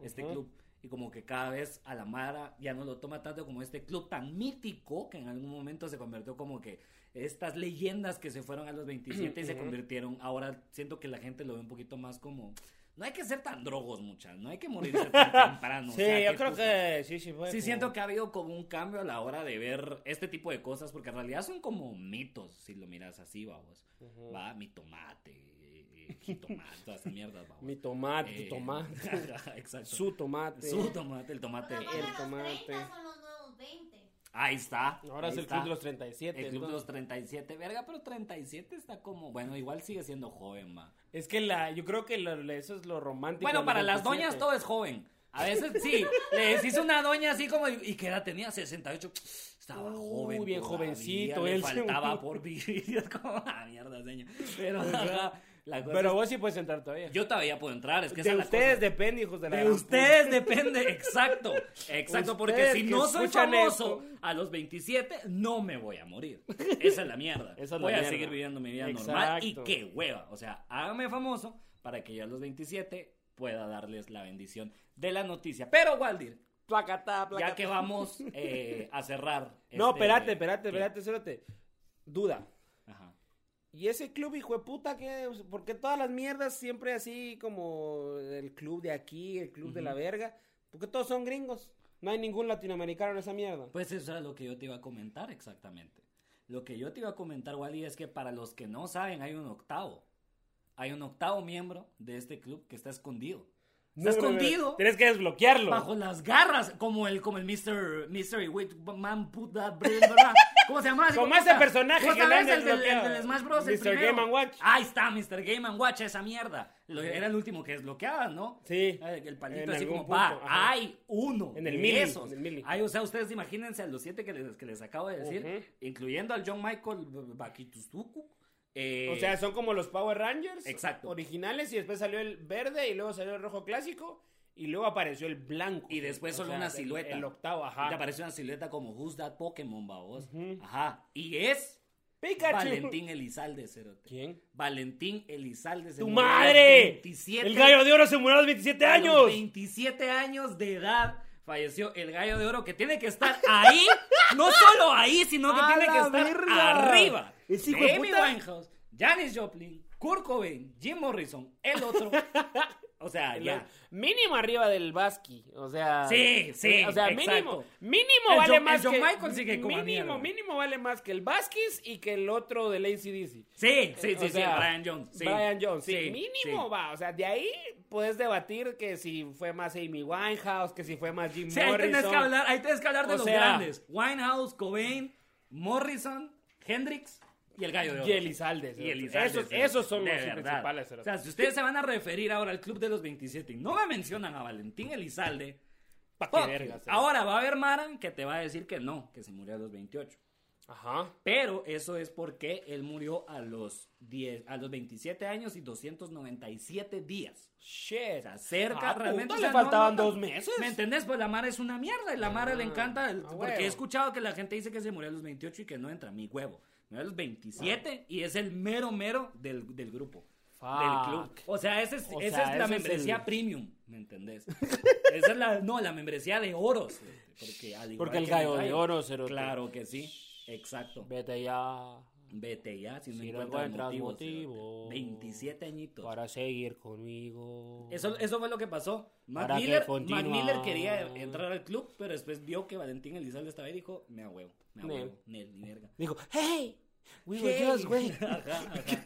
[SPEAKER 2] este
[SPEAKER 1] Ujú.
[SPEAKER 2] club. Y como que cada vez a la Mara ya no lo toma tanto como este club tan mítico que en algún momento se convirtió como que estas leyendas que se fueron a los 27 y se convirtieron. Ahora siento que la gente lo ve un poquito más como. No hay que ser tan drogos, muchas. No hay que morirse tan temprano. o
[SPEAKER 1] Sí,
[SPEAKER 2] sea,
[SPEAKER 1] yo creo
[SPEAKER 2] justo-
[SPEAKER 1] que sí, sí fue.
[SPEAKER 2] Sí,
[SPEAKER 1] como-
[SPEAKER 2] siento que ha habido como un cambio a la hora de ver este tipo de cosas, porque en realidad son como mitos, si lo miras así, vamos.
[SPEAKER 1] Ujú.
[SPEAKER 2] Va, mi tomate, eh, eh, jitomate, todas esas mierdas, vamos.
[SPEAKER 1] Mi tomate,
[SPEAKER 2] Eh,
[SPEAKER 1] tu tomate,
[SPEAKER 2] ajá, Exacto. Su,
[SPEAKER 1] su tomate.
[SPEAKER 2] tomate, el tomate.
[SPEAKER 3] Porque
[SPEAKER 1] el
[SPEAKER 3] ahora los
[SPEAKER 1] tomate.
[SPEAKER 3] 30 son los nuevos 20.
[SPEAKER 2] Ahí está.
[SPEAKER 1] Ahora es
[SPEAKER 2] ahí
[SPEAKER 1] el club
[SPEAKER 2] está.
[SPEAKER 1] de los 37.
[SPEAKER 2] El club de
[SPEAKER 1] entonces-
[SPEAKER 2] los 37, verga, pero 37 está como. Bueno, igual sigue siendo joven, ma.
[SPEAKER 1] Es que la, yo creo que lo- eso es lo romántico.
[SPEAKER 2] Bueno,
[SPEAKER 1] de
[SPEAKER 2] para
[SPEAKER 1] los
[SPEAKER 2] las
[SPEAKER 1] 27.
[SPEAKER 2] doñas todo es joven. A veces sí, le decís una doña así como, ¿y qué edad tenía? 68. Estaba
[SPEAKER 1] Uy,
[SPEAKER 2] joven.
[SPEAKER 1] bien
[SPEAKER 2] todavía,
[SPEAKER 1] jovencito,
[SPEAKER 2] Le
[SPEAKER 1] él.
[SPEAKER 2] faltaba por vivir. Es como, ah, mierda, señor. Pero, ajá, la cosa
[SPEAKER 1] Pero
[SPEAKER 2] es-
[SPEAKER 1] vos sí puedes entrar todavía.
[SPEAKER 2] yo todavía puedo entrar. Es que esa
[SPEAKER 1] de
[SPEAKER 2] es la
[SPEAKER 1] ustedes
[SPEAKER 2] cosa.
[SPEAKER 1] depende, hijos de la.
[SPEAKER 2] De
[SPEAKER 1] gran
[SPEAKER 2] ustedes depende, exacto, exacto, porque
[SPEAKER 1] Ustedes
[SPEAKER 2] si
[SPEAKER 1] que
[SPEAKER 2] no soy
[SPEAKER 1] escuchan
[SPEAKER 2] famoso
[SPEAKER 1] esto.
[SPEAKER 2] a los 27, no me voy a morir. Esa es la mierda.
[SPEAKER 1] Esa es la
[SPEAKER 2] voy a
[SPEAKER 1] mierda.
[SPEAKER 2] seguir viviendo mi vida normal y
[SPEAKER 1] Exacto.
[SPEAKER 2] qué hueva. O sea, hágame famoso para que yo a los 27 pueda darles la bendición de la noticia. Pero, Waldir,
[SPEAKER 1] puta. Placatá, placatá.
[SPEAKER 2] ya que vamos eh, a cerrar.
[SPEAKER 1] No,
[SPEAKER 2] este-
[SPEAKER 1] espérate, espérate,
[SPEAKER 2] ¿qué?
[SPEAKER 1] espérate, espérate. Duda.
[SPEAKER 2] Ajá.
[SPEAKER 1] ¿Y ese club, hijo de puta, qué? ¿Por qué todas las mierdas siempre así como el club de aquí, el club de la verga? Porque todos son gringos. No hay ningún latinoamericano en esa mierda.
[SPEAKER 2] Pues eso era lo que yo te iba a comentar exactamente. Lo que yo te iba a comentar, Wally, es que para los que no saben, hay un octavo. Hay un octavo miembro de este club que está escondido. Está
[SPEAKER 1] No, no, no,
[SPEAKER 2] escondido
[SPEAKER 1] Tienes que desbloquearlo.
[SPEAKER 2] bajo las garras, como el, como el Mr. Mystery Wait, man, puta, brin, ¿verdad? ¿Cómo se llama? Así
[SPEAKER 1] Como
[SPEAKER 2] como
[SPEAKER 1] ese
[SPEAKER 2] está-
[SPEAKER 1] personaje
[SPEAKER 2] ¿Cómo
[SPEAKER 1] que
[SPEAKER 2] está?
[SPEAKER 1] le
[SPEAKER 2] ¿Ves
[SPEAKER 1] han
[SPEAKER 2] el del, el
[SPEAKER 1] desbloqueado.
[SPEAKER 2] del Smash Bros. el
[SPEAKER 1] Mr.
[SPEAKER 2] primero? Ah.
[SPEAKER 1] Game and Watch.
[SPEAKER 2] Ahí está, Mr. Game and Watch, esa mierda. Lo- era el último que desbloquaba, ¿no?
[SPEAKER 1] Sí.
[SPEAKER 2] Eh, El
[SPEAKER 1] En
[SPEAKER 2] palito así
[SPEAKER 1] algún
[SPEAKER 2] como,
[SPEAKER 1] punto,
[SPEAKER 2] pa,
[SPEAKER 1] ajá.
[SPEAKER 2] hay uno.
[SPEAKER 1] En el
[SPEAKER 2] de
[SPEAKER 1] mili,
[SPEAKER 2] esos.
[SPEAKER 1] en el mili.
[SPEAKER 2] Hay, o sea, ustedes imagínense a los siete que les, que les acabo de decir,
[SPEAKER 1] Ujú.
[SPEAKER 2] incluyendo al John Michael Bakitusuku. eh,
[SPEAKER 1] O sea, son como los Power Rangers.
[SPEAKER 2] Exacto.
[SPEAKER 1] Originales y después salió el verde y luego salió el rojo clásico y luego apareció el blanco.
[SPEAKER 2] Y después
[SPEAKER 1] O
[SPEAKER 2] solo
[SPEAKER 1] sea,
[SPEAKER 2] una
[SPEAKER 1] el-
[SPEAKER 2] silueta.
[SPEAKER 1] El, octavo,
[SPEAKER 2] Te
[SPEAKER 1] ajá.
[SPEAKER 2] aparece una silueta como Who's That Pokémon, babos.
[SPEAKER 1] Ujú.
[SPEAKER 2] Ajá. Y es
[SPEAKER 1] Pikachu.
[SPEAKER 2] Valentín Elizalde, cerote.
[SPEAKER 1] ¿Quién?
[SPEAKER 2] Valentín Elizalde. se
[SPEAKER 1] ¡Tu
[SPEAKER 2] murió a los
[SPEAKER 1] madre!
[SPEAKER 2] 27,
[SPEAKER 1] El gallo de oro se murió a los 27
[SPEAKER 2] a los
[SPEAKER 1] años.
[SPEAKER 2] 27 años de edad falleció el gallo de oro que tiene que estar ahí, no solo ahí, sino que
[SPEAKER 1] ¡A
[SPEAKER 2] tiene que
[SPEAKER 1] la
[SPEAKER 2] estar
[SPEAKER 1] verga!
[SPEAKER 2] arriba.
[SPEAKER 1] Ese hijo de
[SPEAKER 2] Amy
[SPEAKER 1] puta.
[SPEAKER 2] Winehouse, Janis Joplin, Kurt Cobain, Jim Morrison, el otro. O sea,
[SPEAKER 1] El-
[SPEAKER 2] ya.
[SPEAKER 1] Mínimo arriba del Basqui. O sea. eh,
[SPEAKER 2] Sí, sí,
[SPEAKER 1] O sea,
[SPEAKER 2] exacto.
[SPEAKER 1] mínimo. Mínimo
[SPEAKER 2] El
[SPEAKER 1] vale
[SPEAKER 2] John-
[SPEAKER 1] más
[SPEAKER 2] el John
[SPEAKER 1] que.
[SPEAKER 2] Michael sí que coma mierda.
[SPEAKER 1] mínimo, mínimo vale más que el Vasquez y que el otro del ACDC.
[SPEAKER 2] Sí, sí, sí,
[SPEAKER 1] Eh, O
[SPEAKER 2] sí,
[SPEAKER 1] sea,
[SPEAKER 2] Brian Jones. Sí.
[SPEAKER 1] Brian Jones, sí.
[SPEAKER 2] sí.
[SPEAKER 1] mínimo va. O sea, de ahí puedes debatir que si fue más Amy Winehouse, que si fue más Jim
[SPEAKER 2] Sí, ahí
[SPEAKER 1] Morrison.
[SPEAKER 2] tenés que hablar, ahí tenés que hablar de
[SPEAKER 1] O
[SPEAKER 2] los
[SPEAKER 1] sea-
[SPEAKER 2] grandes. Winehouse, Cobain, Morrison, Hendrix y el gallo de oro.
[SPEAKER 1] Y Elizalde.
[SPEAKER 2] Y
[SPEAKER 1] cerote.
[SPEAKER 2] Elizalde,
[SPEAKER 1] Esos,
[SPEAKER 2] sí,
[SPEAKER 1] esos son
[SPEAKER 2] de
[SPEAKER 1] los
[SPEAKER 2] verdad.
[SPEAKER 1] principales.
[SPEAKER 2] O
[SPEAKER 1] cerote.
[SPEAKER 2] sea, si ustedes se van a referir ahora al club de los 27 y no me mencionan a Valentín Elizalde,
[SPEAKER 1] Pa'
[SPEAKER 2] fuck
[SPEAKER 1] qué verga,
[SPEAKER 2] you.
[SPEAKER 1] cerote.
[SPEAKER 2] ahora va a haber Maran que te va a decir que no, que se murió a los 28.
[SPEAKER 1] Ajá.
[SPEAKER 2] Pero eso es porque él murió a los 10, a los 27 años y 297 días.
[SPEAKER 1] Shit.
[SPEAKER 2] O sea, cerca
[SPEAKER 1] Ah,
[SPEAKER 2] realmente.
[SPEAKER 1] puta,
[SPEAKER 2] o sea,
[SPEAKER 1] le
[SPEAKER 2] no,
[SPEAKER 1] faltaban
[SPEAKER 2] no, no.
[SPEAKER 1] dos meses.
[SPEAKER 2] ¿Me entendés? Pues la Mara es una mierda y la Mara le encanta. el-
[SPEAKER 1] ah,
[SPEAKER 2] porque
[SPEAKER 1] huevo.
[SPEAKER 2] he escuchado que la gente dice que se murió a los 28 y que no entra. Mi huevo. Me murió a los 27 y es el mero mero del, del grupo. Del club.
[SPEAKER 1] Fuck.
[SPEAKER 2] O sea, ese es-
[SPEAKER 1] Ah, O
[SPEAKER 2] esa
[SPEAKER 1] sea,
[SPEAKER 2] es la
[SPEAKER 1] ese es
[SPEAKER 2] membresía
[SPEAKER 1] el-
[SPEAKER 2] premium. ¿Me entendés? esa es la. No, la membresía de oros. Porque, al igual
[SPEAKER 1] Porque el
[SPEAKER 2] que
[SPEAKER 1] gallo de oro, cerote.
[SPEAKER 2] Claro que sí. Exacto.
[SPEAKER 1] Vete ya
[SPEAKER 2] Vete ya si no
[SPEAKER 1] Si no
[SPEAKER 2] encuentras,
[SPEAKER 1] encuentras
[SPEAKER 2] motivos,
[SPEAKER 1] motivo.
[SPEAKER 2] cerote. 27 añitos.
[SPEAKER 1] para seguir conmigo.
[SPEAKER 2] Eso, eso fue lo que pasó. Matt
[SPEAKER 1] Para que
[SPEAKER 2] Miller,
[SPEAKER 1] continúa.
[SPEAKER 2] Matt Miller quería entrar al club, pero después vio que Valentín Elizalde estaba ahí y dijo, me a huevo, me a
[SPEAKER 1] Nel.
[SPEAKER 2] huevo, Nel, ni verga.
[SPEAKER 1] Dijo, hey, we
[SPEAKER 2] Hey.
[SPEAKER 1] were just waiting.
[SPEAKER 2] Ajá, ajá.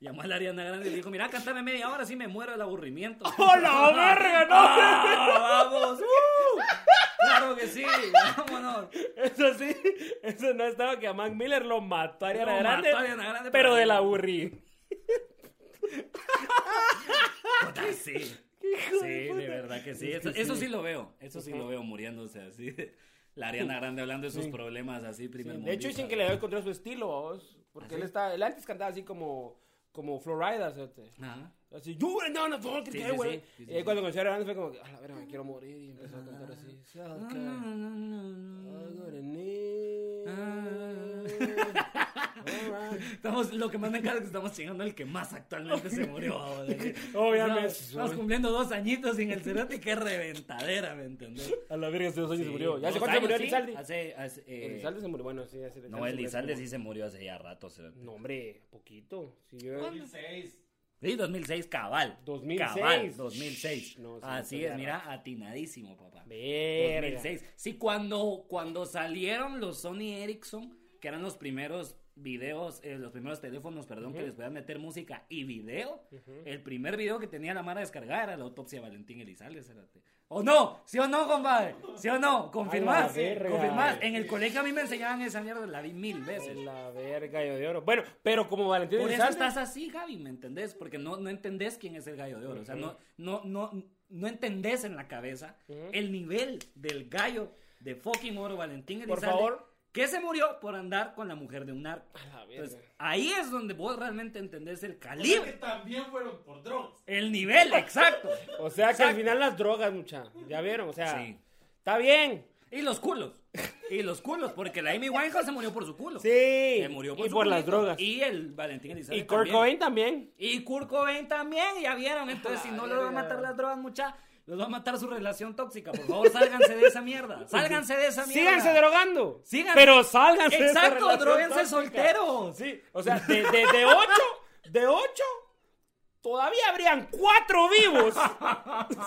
[SPEAKER 2] Llamó a la Ariana Grande y le dijo, mira, cántame media hora, si me muero del aburrimiento.
[SPEAKER 1] ¡Hola, verga, no!
[SPEAKER 2] Ah, ¡Vamos! ¡uh! ¡Claro que sí! ¡Vámonos!
[SPEAKER 1] Eso sí, eso no estaba que a Mac Miller lo mató a Ariana
[SPEAKER 2] Lo mató
[SPEAKER 1] Grande,
[SPEAKER 2] a Ariana Grande, pero-
[SPEAKER 1] pero del aburrí.
[SPEAKER 2] Puta, sí.
[SPEAKER 1] hijo
[SPEAKER 2] sí,
[SPEAKER 1] de
[SPEAKER 2] de,
[SPEAKER 1] puta.
[SPEAKER 2] verdad que sí. Eso, eso sí lo veo. Eso sí lo veo muriéndose así. La Ariana Grande hablando de sus problemas así, primer
[SPEAKER 1] De hecho, dicen que le había encontrado su estilo, vos, porque
[SPEAKER 2] ¿Ah,
[SPEAKER 1] él
[SPEAKER 2] sí?
[SPEAKER 1] está, él antes cantaba así como, como Florida, ¿cierto?
[SPEAKER 2] Ajá.
[SPEAKER 1] Así, you were down a fucking
[SPEAKER 2] Sí,
[SPEAKER 1] day,
[SPEAKER 2] sí,
[SPEAKER 1] güey.
[SPEAKER 2] sí, sí,
[SPEAKER 1] y
[SPEAKER 2] sí,
[SPEAKER 1] ahí
[SPEAKER 2] sí.
[SPEAKER 1] cuando conoció a Ariana Grande fue como, que, a la verga, me quiero morir, y empezó a cantar así.
[SPEAKER 2] Ah. No, no, no, no, no. Ah.
[SPEAKER 1] I'm gonna need Alright.
[SPEAKER 2] Estamos, lo que más me encanta es que estamos llegando al que más actualmente se murió. ahora.
[SPEAKER 1] Obviamente.
[SPEAKER 2] Estamos, estamos cumpliendo dos añitos sin el cerote, qué reventadera, ¿me entendés?
[SPEAKER 1] A la verga, hace dos años se murió. ¿Ya
[SPEAKER 2] dos
[SPEAKER 1] se cuánto se murió
[SPEAKER 2] años, sí.
[SPEAKER 1] Elizalde?
[SPEAKER 2] Hace, hace, eh,
[SPEAKER 1] Elizalde se murió. Bueno, sí, hace
[SPEAKER 2] No, Elizalde
[SPEAKER 1] se
[SPEAKER 2] sí
[SPEAKER 1] murió.
[SPEAKER 2] se murió hace ya rato, cerote.
[SPEAKER 1] No, hombre, poquito. Sí, yo-
[SPEAKER 4] 2006.
[SPEAKER 2] Sí, 2006, cabal.
[SPEAKER 1] 2006.
[SPEAKER 2] Cabal, 2006.
[SPEAKER 1] Shh, no, sí,
[SPEAKER 2] Así
[SPEAKER 1] no
[SPEAKER 2] es,
[SPEAKER 1] tenía
[SPEAKER 2] mira, atinadísimo, papá.
[SPEAKER 1] Verga.
[SPEAKER 2] 2006. Sí, cuando, cuando salieron los Sony Ericsson, que eran los primeros videos, eh, los primeros teléfonos, perdón, que
[SPEAKER 1] Ujú.
[SPEAKER 2] les podían meter música y video,
[SPEAKER 1] Ujú.
[SPEAKER 2] el primer video que tenía la Mara descargada era la autopsia de Valentín Elizalde. espérate. ¿O no? ¿Sí o no, compadre? ¿Sí o no? ¿Confirmás?
[SPEAKER 1] A la verga.
[SPEAKER 2] ¿Confirmás? En el colegio a mí me enseñaban esa mierda, la vi mil veces.
[SPEAKER 1] La verga, gallo de oro. Bueno, pero como Valentín
[SPEAKER 2] pues, Por eso
[SPEAKER 1] Elizalde.
[SPEAKER 2] estás así, Javi, ¿me entendés? Porque no, no entendés quién es el gallo de oro. O sea, no, no, no, no entendés en la cabeza
[SPEAKER 1] Ujú.
[SPEAKER 2] el nivel del gallo de fucking oro Valentín
[SPEAKER 1] Por
[SPEAKER 2] Elizalde,
[SPEAKER 1] favor.
[SPEAKER 2] Que se murió por andar con la mujer de un narco.
[SPEAKER 1] A la verga.
[SPEAKER 2] Entonces, ahí es donde vos realmente entendés el
[SPEAKER 4] O sea que
[SPEAKER 2] calibre,
[SPEAKER 4] también fueron por drogas.
[SPEAKER 2] el nivel exacto.
[SPEAKER 1] O sea que al final las drogas, mucha. Ya vieron, o sea.
[SPEAKER 2] Sí.
[SPEAKER 1] Está bien.
[SPEAKER 2] Y los culos. Y los culos, porque la Amy Winehouse se murió por su culo.
[SPEAKER 1] Sí.
[SPEAKER 2] Se murió por
[SPEAKER 1] y
[SPEAKER 2] su
[SPEAKER 1] por las
[SPEAKER 2] culito.
[SPEAKER 1] drogas. Y,
[SPEAKER 2] Y el Valentín Elizalde.
[SPEAKER 1] Kurt
[SPEAKER 2] también.
[SPEAKER 1] Cobain también.
[SPEAKER 2] Y Kurt Cobain también, ya vieron. Entonces, si no le van a
[SPEAKER 1] verga.
[SPEAKER 2] matar las drogas, mucha, los va a matar su relación tóxica. Por favor, sálganse de esa mierda. Sálganse de esa mierda.
[SPEAKER 1] Síganse drogando.
[SPEAKER 2] Síganse.
[SPEAKER 1] Pero sálganse. de esa
[SPEAKER 2] Exacto,
[SPEAKER 1] relación
[SPEAKER 2] droguense
[SPEAKER 1] tóxica.
[SPEAKER 2] solteros.
[SPEAKER 1] Sí, o sea, de, de, de ocho, de ocho, todavía habrían cuatro vivos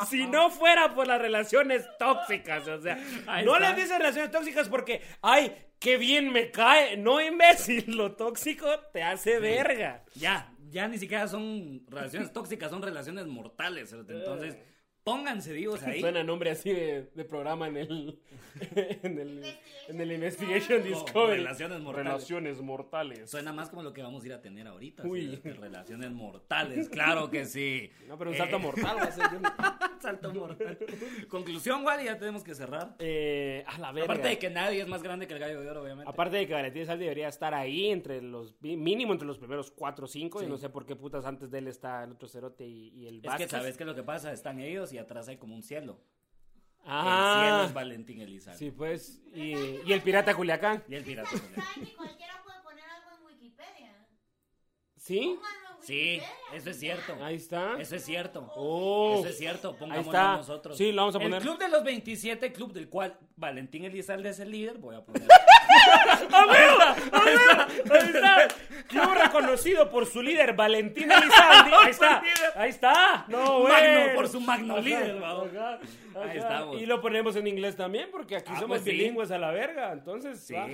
[SPEAKER 1] si no fuera por las relaciones tóxicas. O sea,
[SPEAKER 2] Ahí
[SPEAKER 1] no
[SPEAKER 2] está.
[SPEAKER 1] les dicen relaciones tóxicas porque, ay, qué bien me cae. No, imbécil, lo tóxico te hace verga.
[SPEAKER 2] Ya, ya ni siquiera son relaciones tóxicas, son relaciones mortales. cerote. Entonces, pónganse vivos ahí.
[SPEAKER 1] Eh. Suena nombre así de, de programa en el, en el, en el Investigation Discovery.
[SPEAKER 2] relaciones mortales.
[SPEAKER 1] Relaciones mortales.
[SPEAKER 2] Suena más como lo que vamos a ir a tener ahorita.
[SPEAKER 1] Uy.
[SPEAKER 2] cerote. Relaciones mortales, claro que sí.
[SPEAKER 1] No, pero un salto
[SPEAKER 2] Eh,
[SPEAKER 1] mortal va a ser. yo-
[SPEAKER 2] salto mortal. Conclusión, Wally, ya tenemos que cerrar.
[SPEAKER 1] Eh, a la verga.
[SPEAKER 2] Aparte de que nadie es más grande que el gallo de oro, obviamente.
[SPEAKER 1] Aparte de que Valentín Saldi debería estar ahí entre los mínimo entre los primeros cuatro o cinco y
[SPEAKER 2] Sí.
[SPEAKER 1] no sé por qué putas antes de él está el otro cerote y, y el
[SPEAKER 2] es que
[SPEAKER 1] Vázquez.
[SPEAKER 2] sabes que lo que pasa, están ellos y atrás hay como un cielo. El cielo
[SPEAKER 1] Ah,
[SPEAKER 2] es Valentín Elizalde.
[SPEAKER 1] sí pues y, y el pirata Culiacán,
[SPEAKER 2] Y el pirata.
[SPEAKER 3] ¿Ustedes saben que cualquiera puede poner algo en Wikipedia?
[SPEAKER 1] ¿sí?
[SPEAKER 3] Pónganlo en
[SPEAKER 2] Sí,
[SPEAKER 3] Wikipedia.
[SPEAKER 2] eso es cierto.
[SPEAKER 1] Ahí está.
[SPEAKER 2] Eso es cierto.
[SPEAKER 1] Oh,
[SPEAKER 2] Eso es cierto,
[SPEAKER 1] ahí
[SPEAKER 2] pongámoslo
[SPEAKER 1] está.
[SPEAKER 2] nosotros.
[SPEAKER 1] Sí, lo vamos a
[SPEAKER 2] El
[SPEAKER 1] poner.
[SPEAKER 2] club de los 27, club del cual Valentín Elizalde es el líder, voy a poner.
[SPEAKER 1] Ahí está. Club reconocido por su líder Valentín Elizalde. Ahí está. Ahí está. No, güey.
[SPEAKER 2] Magno, por su magno líder,
[SPEAKER 1] Ajá,
[SPEAKER 2] vamos.
[SPEAKER 1] ajá, ajá.
[SPEAKER 2] Ahí estamos.
[SPEAKER 1] Y lo ponemos en inglés también porque aquí
[SPEAKER 2] Ah,
[SPEAKER 1] somos
[SPEAKER 2] pues sí.
[SPEAKER 1] bilingües a la verga, entonces
[SPEAKER 2] Sí,
[SPEAKER 1] va.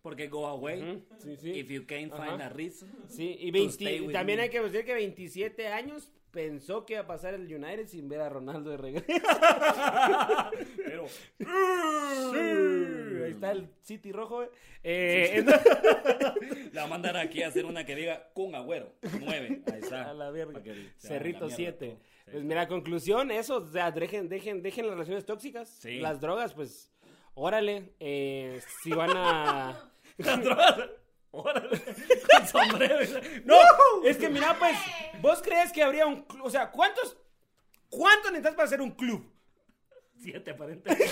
[SPEAKER 2] porque go away.
[SPEAKER 1] Ujú, Sí, sí.
[SPEAKER 2] If you can't find
[SPEAKER 1] Ajá.
[SPEAKER 2] a reason.
[SPEAKER 1] Sí, y,
[SPEAKER 2] To
[SPEAKER 1] 20
[SPEAKER 2] stay with
[SPEAKER 1] y también
[SPEAKER 2] me.
[SPEAKER 1] hay que decir que 27 años pensó que iba a pasar el United sin ver a Ronaldo de regreso.
[SPEAKER 2] Pero.
[SPEAKER 1] Ahí está el City rojo. eh. Eh, entonces-
[SPEAKER 2] La va a mandar aquí a hacer una que diga con agüero. 9. Ahí está.
[SPEAKER 1] a la verga.
[SPEAKER 2] Para que se haga
[SPEAKER 1] Cerrito
[SPEAKER 2] la mierda
[SPEAKER 1] 7.
[SPEAKER 2] todo. Sí.
[SPEAKER 1] Pues mira, conclusión, eso, o sea, dejen, dejen, dejen las relaciones tóxicas,
[SPEAKER 2] Sí.
[SPEAKER 1] las drogas, pues, órale, eh, si van a...
[SPEAKER 2] Las drogas. Órale. Con sombrero.
[SPEAKER 1] No, es que mira, pues, vos crees que habría un, cl- o sea, ¿cuántos, cuánto necesitas para hacer un club?
[SPEAKER 2] 7 aparentemente.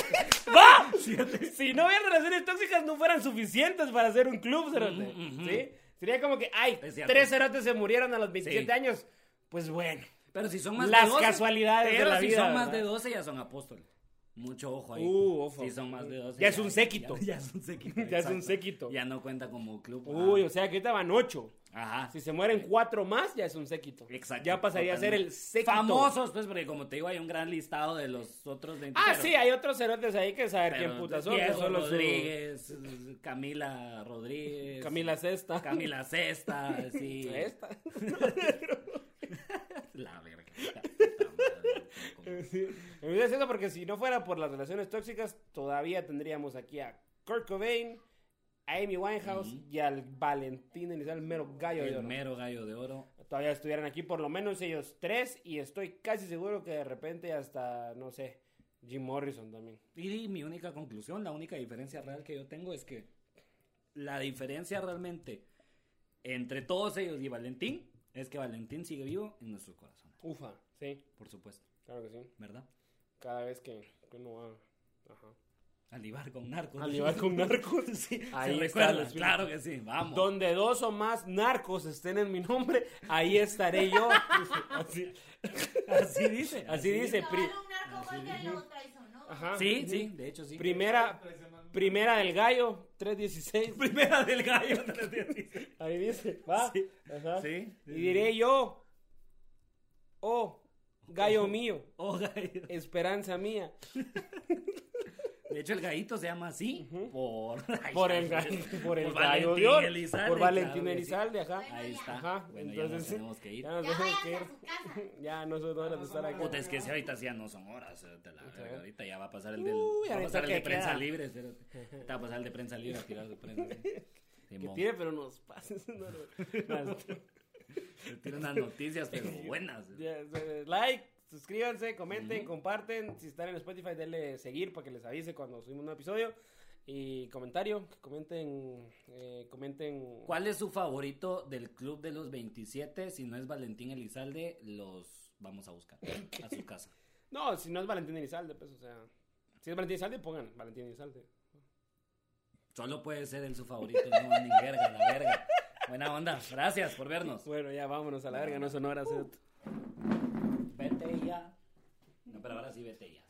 [SPEAKER 1] ¡Va! Si no hubieran relaciones tóxicas, no fueran suficientes para hacer un club, cerote.
[SPEAKER 2] Ujú, ujú.
[SPEAKER 1] ¿Sí? Sería como que, ay,
[SPEAKER 2] Es cierto.
[SPEAKER 1] tres cerotes se murieron a los 27
[SPEAKER 2] Sí.
[SPEAKER 1] años. Pues bueno.
[SPEAKER 2] Pero si son más
[SPEAKER 1] Las
[SPEAKER 2] de 12.
[SPEAKER 1] casualidades de
[SPEAKER 2] pero
[SPEAKER 1] la
[SPEAKER 2] si
[SPEAKER 1] vida,
[SPEAKER 2] son más
[SPEAKER 1] ¿verdad?
[SPEAKER 2] de 12, ya son apóstoles. Mucho ojo ahí.
[SPEAKER 1] Uh, ojo.
[SPEAKER 2] Si son más de 12.
[SPEAKER 1] Ya es un séquito.
[SPEAKER 2] Ya, ya es un séquito.
[SPEAKER 1] Ya es un
[SPEAKER 2] exacto.
[SPEAKER 1] séquito.
[SPEAKER 2] Ya no cuenta como club.
[SPEAKER 1] Uy, o sea, que ahorita van ocho.
[SPEAKER 2] Ajá.
[SPEAKER 1] Si se mueren cuatro más, ya es un séquito.
[SPEAKER 2] Exacto.
[SPEAKER 1] Ya pasaría a ser el
[SPEAKER 2] Totalmente.
[SPEAKER 1] séquito.
[SPEAKER 2] Famosos, pues, porque como te digo, hay un gran listado de los otros 20.
[SPEAKER 1] Ah,
[SPEAKER 2] pero-
[SPEAKER 1] sí, hay otros cerotes ahí que saber
[SPEAKER 2] pero
[SPEAKER 1] quién putas son. que
[SPEAKER 2] Diego
[SPEAKER 1] solo su-
[SPEAKER 2] Rodríguez, Camila Rodríguez.
[SPEAKER 1] Camila Cesta.
[SPEAKER 2] Camila Cesta, sí.
[SPEAKER 1] Esta.
[SPEAKER 2] La verga. la puta madre, como-
[SPEAKER 1] Sí. Me olvidé eso porque si no fuera por las relaciones tóxicas, todavía tendríamos aquí a Kurt Cobain, a Amy Winehouse y al Valentín Elizalde, el mero gallo de
[SPEAKER 2] El
[SPEAKER 1] oro.
[SPEAKER 2] mero gallo de oro.
[SPEAKER 1] Todavía estuvieran aquí por lo menos ellos tres y estoy casi seguro que de repente hasta, no sé, Jim Morrison también.
[SPEAKER 2] Y mi única conclusión, la única diferencia real que yo tengo es que la diferencia realmente entre todos ellos y Valentín es que Valentín sigue vivo en nuestros corazones,
[SPEAKER 1] Ufa, sí,
[SPEAKER 2] por supuesto,
[SPEAKER 1] claro que sí.
[SPEAKER 2] ¿verdad?
[SPEAKER 1] Cada vez que, que uno va. Ajá.
[SPEAKER 2] Al libar con narcos.
[SPEAKER 1] Al libar con narcos.
[SPEAKER 2] sí,
[SPEAKER 1] Ahí
[SPEAKER 2] se
[SPEAKER 1] está
[SPEAKER 2] recuerda,
[SPEAKER 1] el espíritu.
[SPEAKER 2] claro que sí, vamos.
[SPEAKER 1] Donde dos o más narcos estén en mi nombre, ahí estaré yo. Así,
[SPEAKER 2] Así dice.
[SPEAKER 1] así dice. pri-
[SPEAKER 3] Cabal, un narco
[SPEAKER 2] Ah,
[SPEAKER 3] fue el que lo traicionó.
[SPEAKER 1] Ajá.
[SPEAKER 2] Sí, sí, de hecho sí.
[SPEAKER 1] Primera,
[SPEAKER 4] Impresionante.
[SPEAKER 1] primera del gallo, 316.
[SPEAKER 2] Primera del gallo.
[SPEAKER 1] Ahí dice, va.
[SPEAKER 2] Sí.
[SPEAKER 1] Ajá.
[SPEAKER 2] sí.
[SPEAKER 1] Y diré yo, oh, gallo mío,
[SPEAKER 2] Oh, gallo.
[SPEAKER 1] esperanza mía.
[SPEAKER 2] De hecho, el gallito se llama así por...
[SPEAKER 1] Por el, ga- por el gallo
[SPEAKER 2] Valentín
[SPEAKER 1] de oro.
[SPEAKER 2] Elizalde,
[SPEAKER 1] Por Valentín
[SPEAKER 2] claro que sí.
[SPEAKER 1] Elizalde, ajá.
[SPEAKER 2] Ahí está.
[SPEAKER 1] Ajá,
[SPEAKER 2] Bueno, ya nos
[SPEAKER 1] entonces-
[SPEAKER 2] tenemos que ir.
[SPEAKER 1] Ya nos
[SPEAKER 3] Ya
[SPEAKER 1] dejamos
[SPEAKER 3] vayan
[SPEAKER 1] que
[SPEAKER 3] a
[SPEAKER 1] ir.
[SPEAKER 3] su casa.
[SPEAKER 1] Ya no son horas de estar aquí.
[SPEAKER 2] Puta, es que si ahorita sí ya no son horas. eh, te la verga, ahorita ya va a pasar el del.
[SPEAKER 1] Uy,
[SPEAKER 2] va a
[SPEAKER 1] ahorita
[SPEAKER 2] pasar el
[SPEAKER 1] que
[SPEAKER 2] de prensa
[SPEAKER 1] queda.
[SPEAKER 2] libre. espérate. Te va a pasar el de prensa libre a tirar de prensa. sí.
[SPEAKER 1] Que
[SPEAKER 2] Simón.
[SPEAKER 1] tiene, pero nos pases. no, no.
[SPEAKER 2] Te tira unas noticias, pero buenas.
[SPEAKER 1] Ya, eh, like, suscríbanse, comenten, comparten. Si están en Spotify, denle seguir para que les avise cuando subimos un episodio. Y comentario, que comenten, eh, comenten.
[SPEAKER 2] ¿Cuál es su favorito del club de los 27? Si no es Valentín Elizalde, los vamos a buscar a su casa.
[SPEAKER 1] No, si no es Valentín Elizalde, pues, o sea. Si es Valentín Elizalde, pongan Valentín Elizalde.
[SPEAKER 2] Solo puede ser él su favorito, no ni verga, la verga. Buena onda, gracias por vernos.
[SPEAKER 1] Bueno, ya Uh. vámonos a la verga, no son horas. cerote.
[SPEAKER 2] Vete ya. No, pero ahora sí vete ya.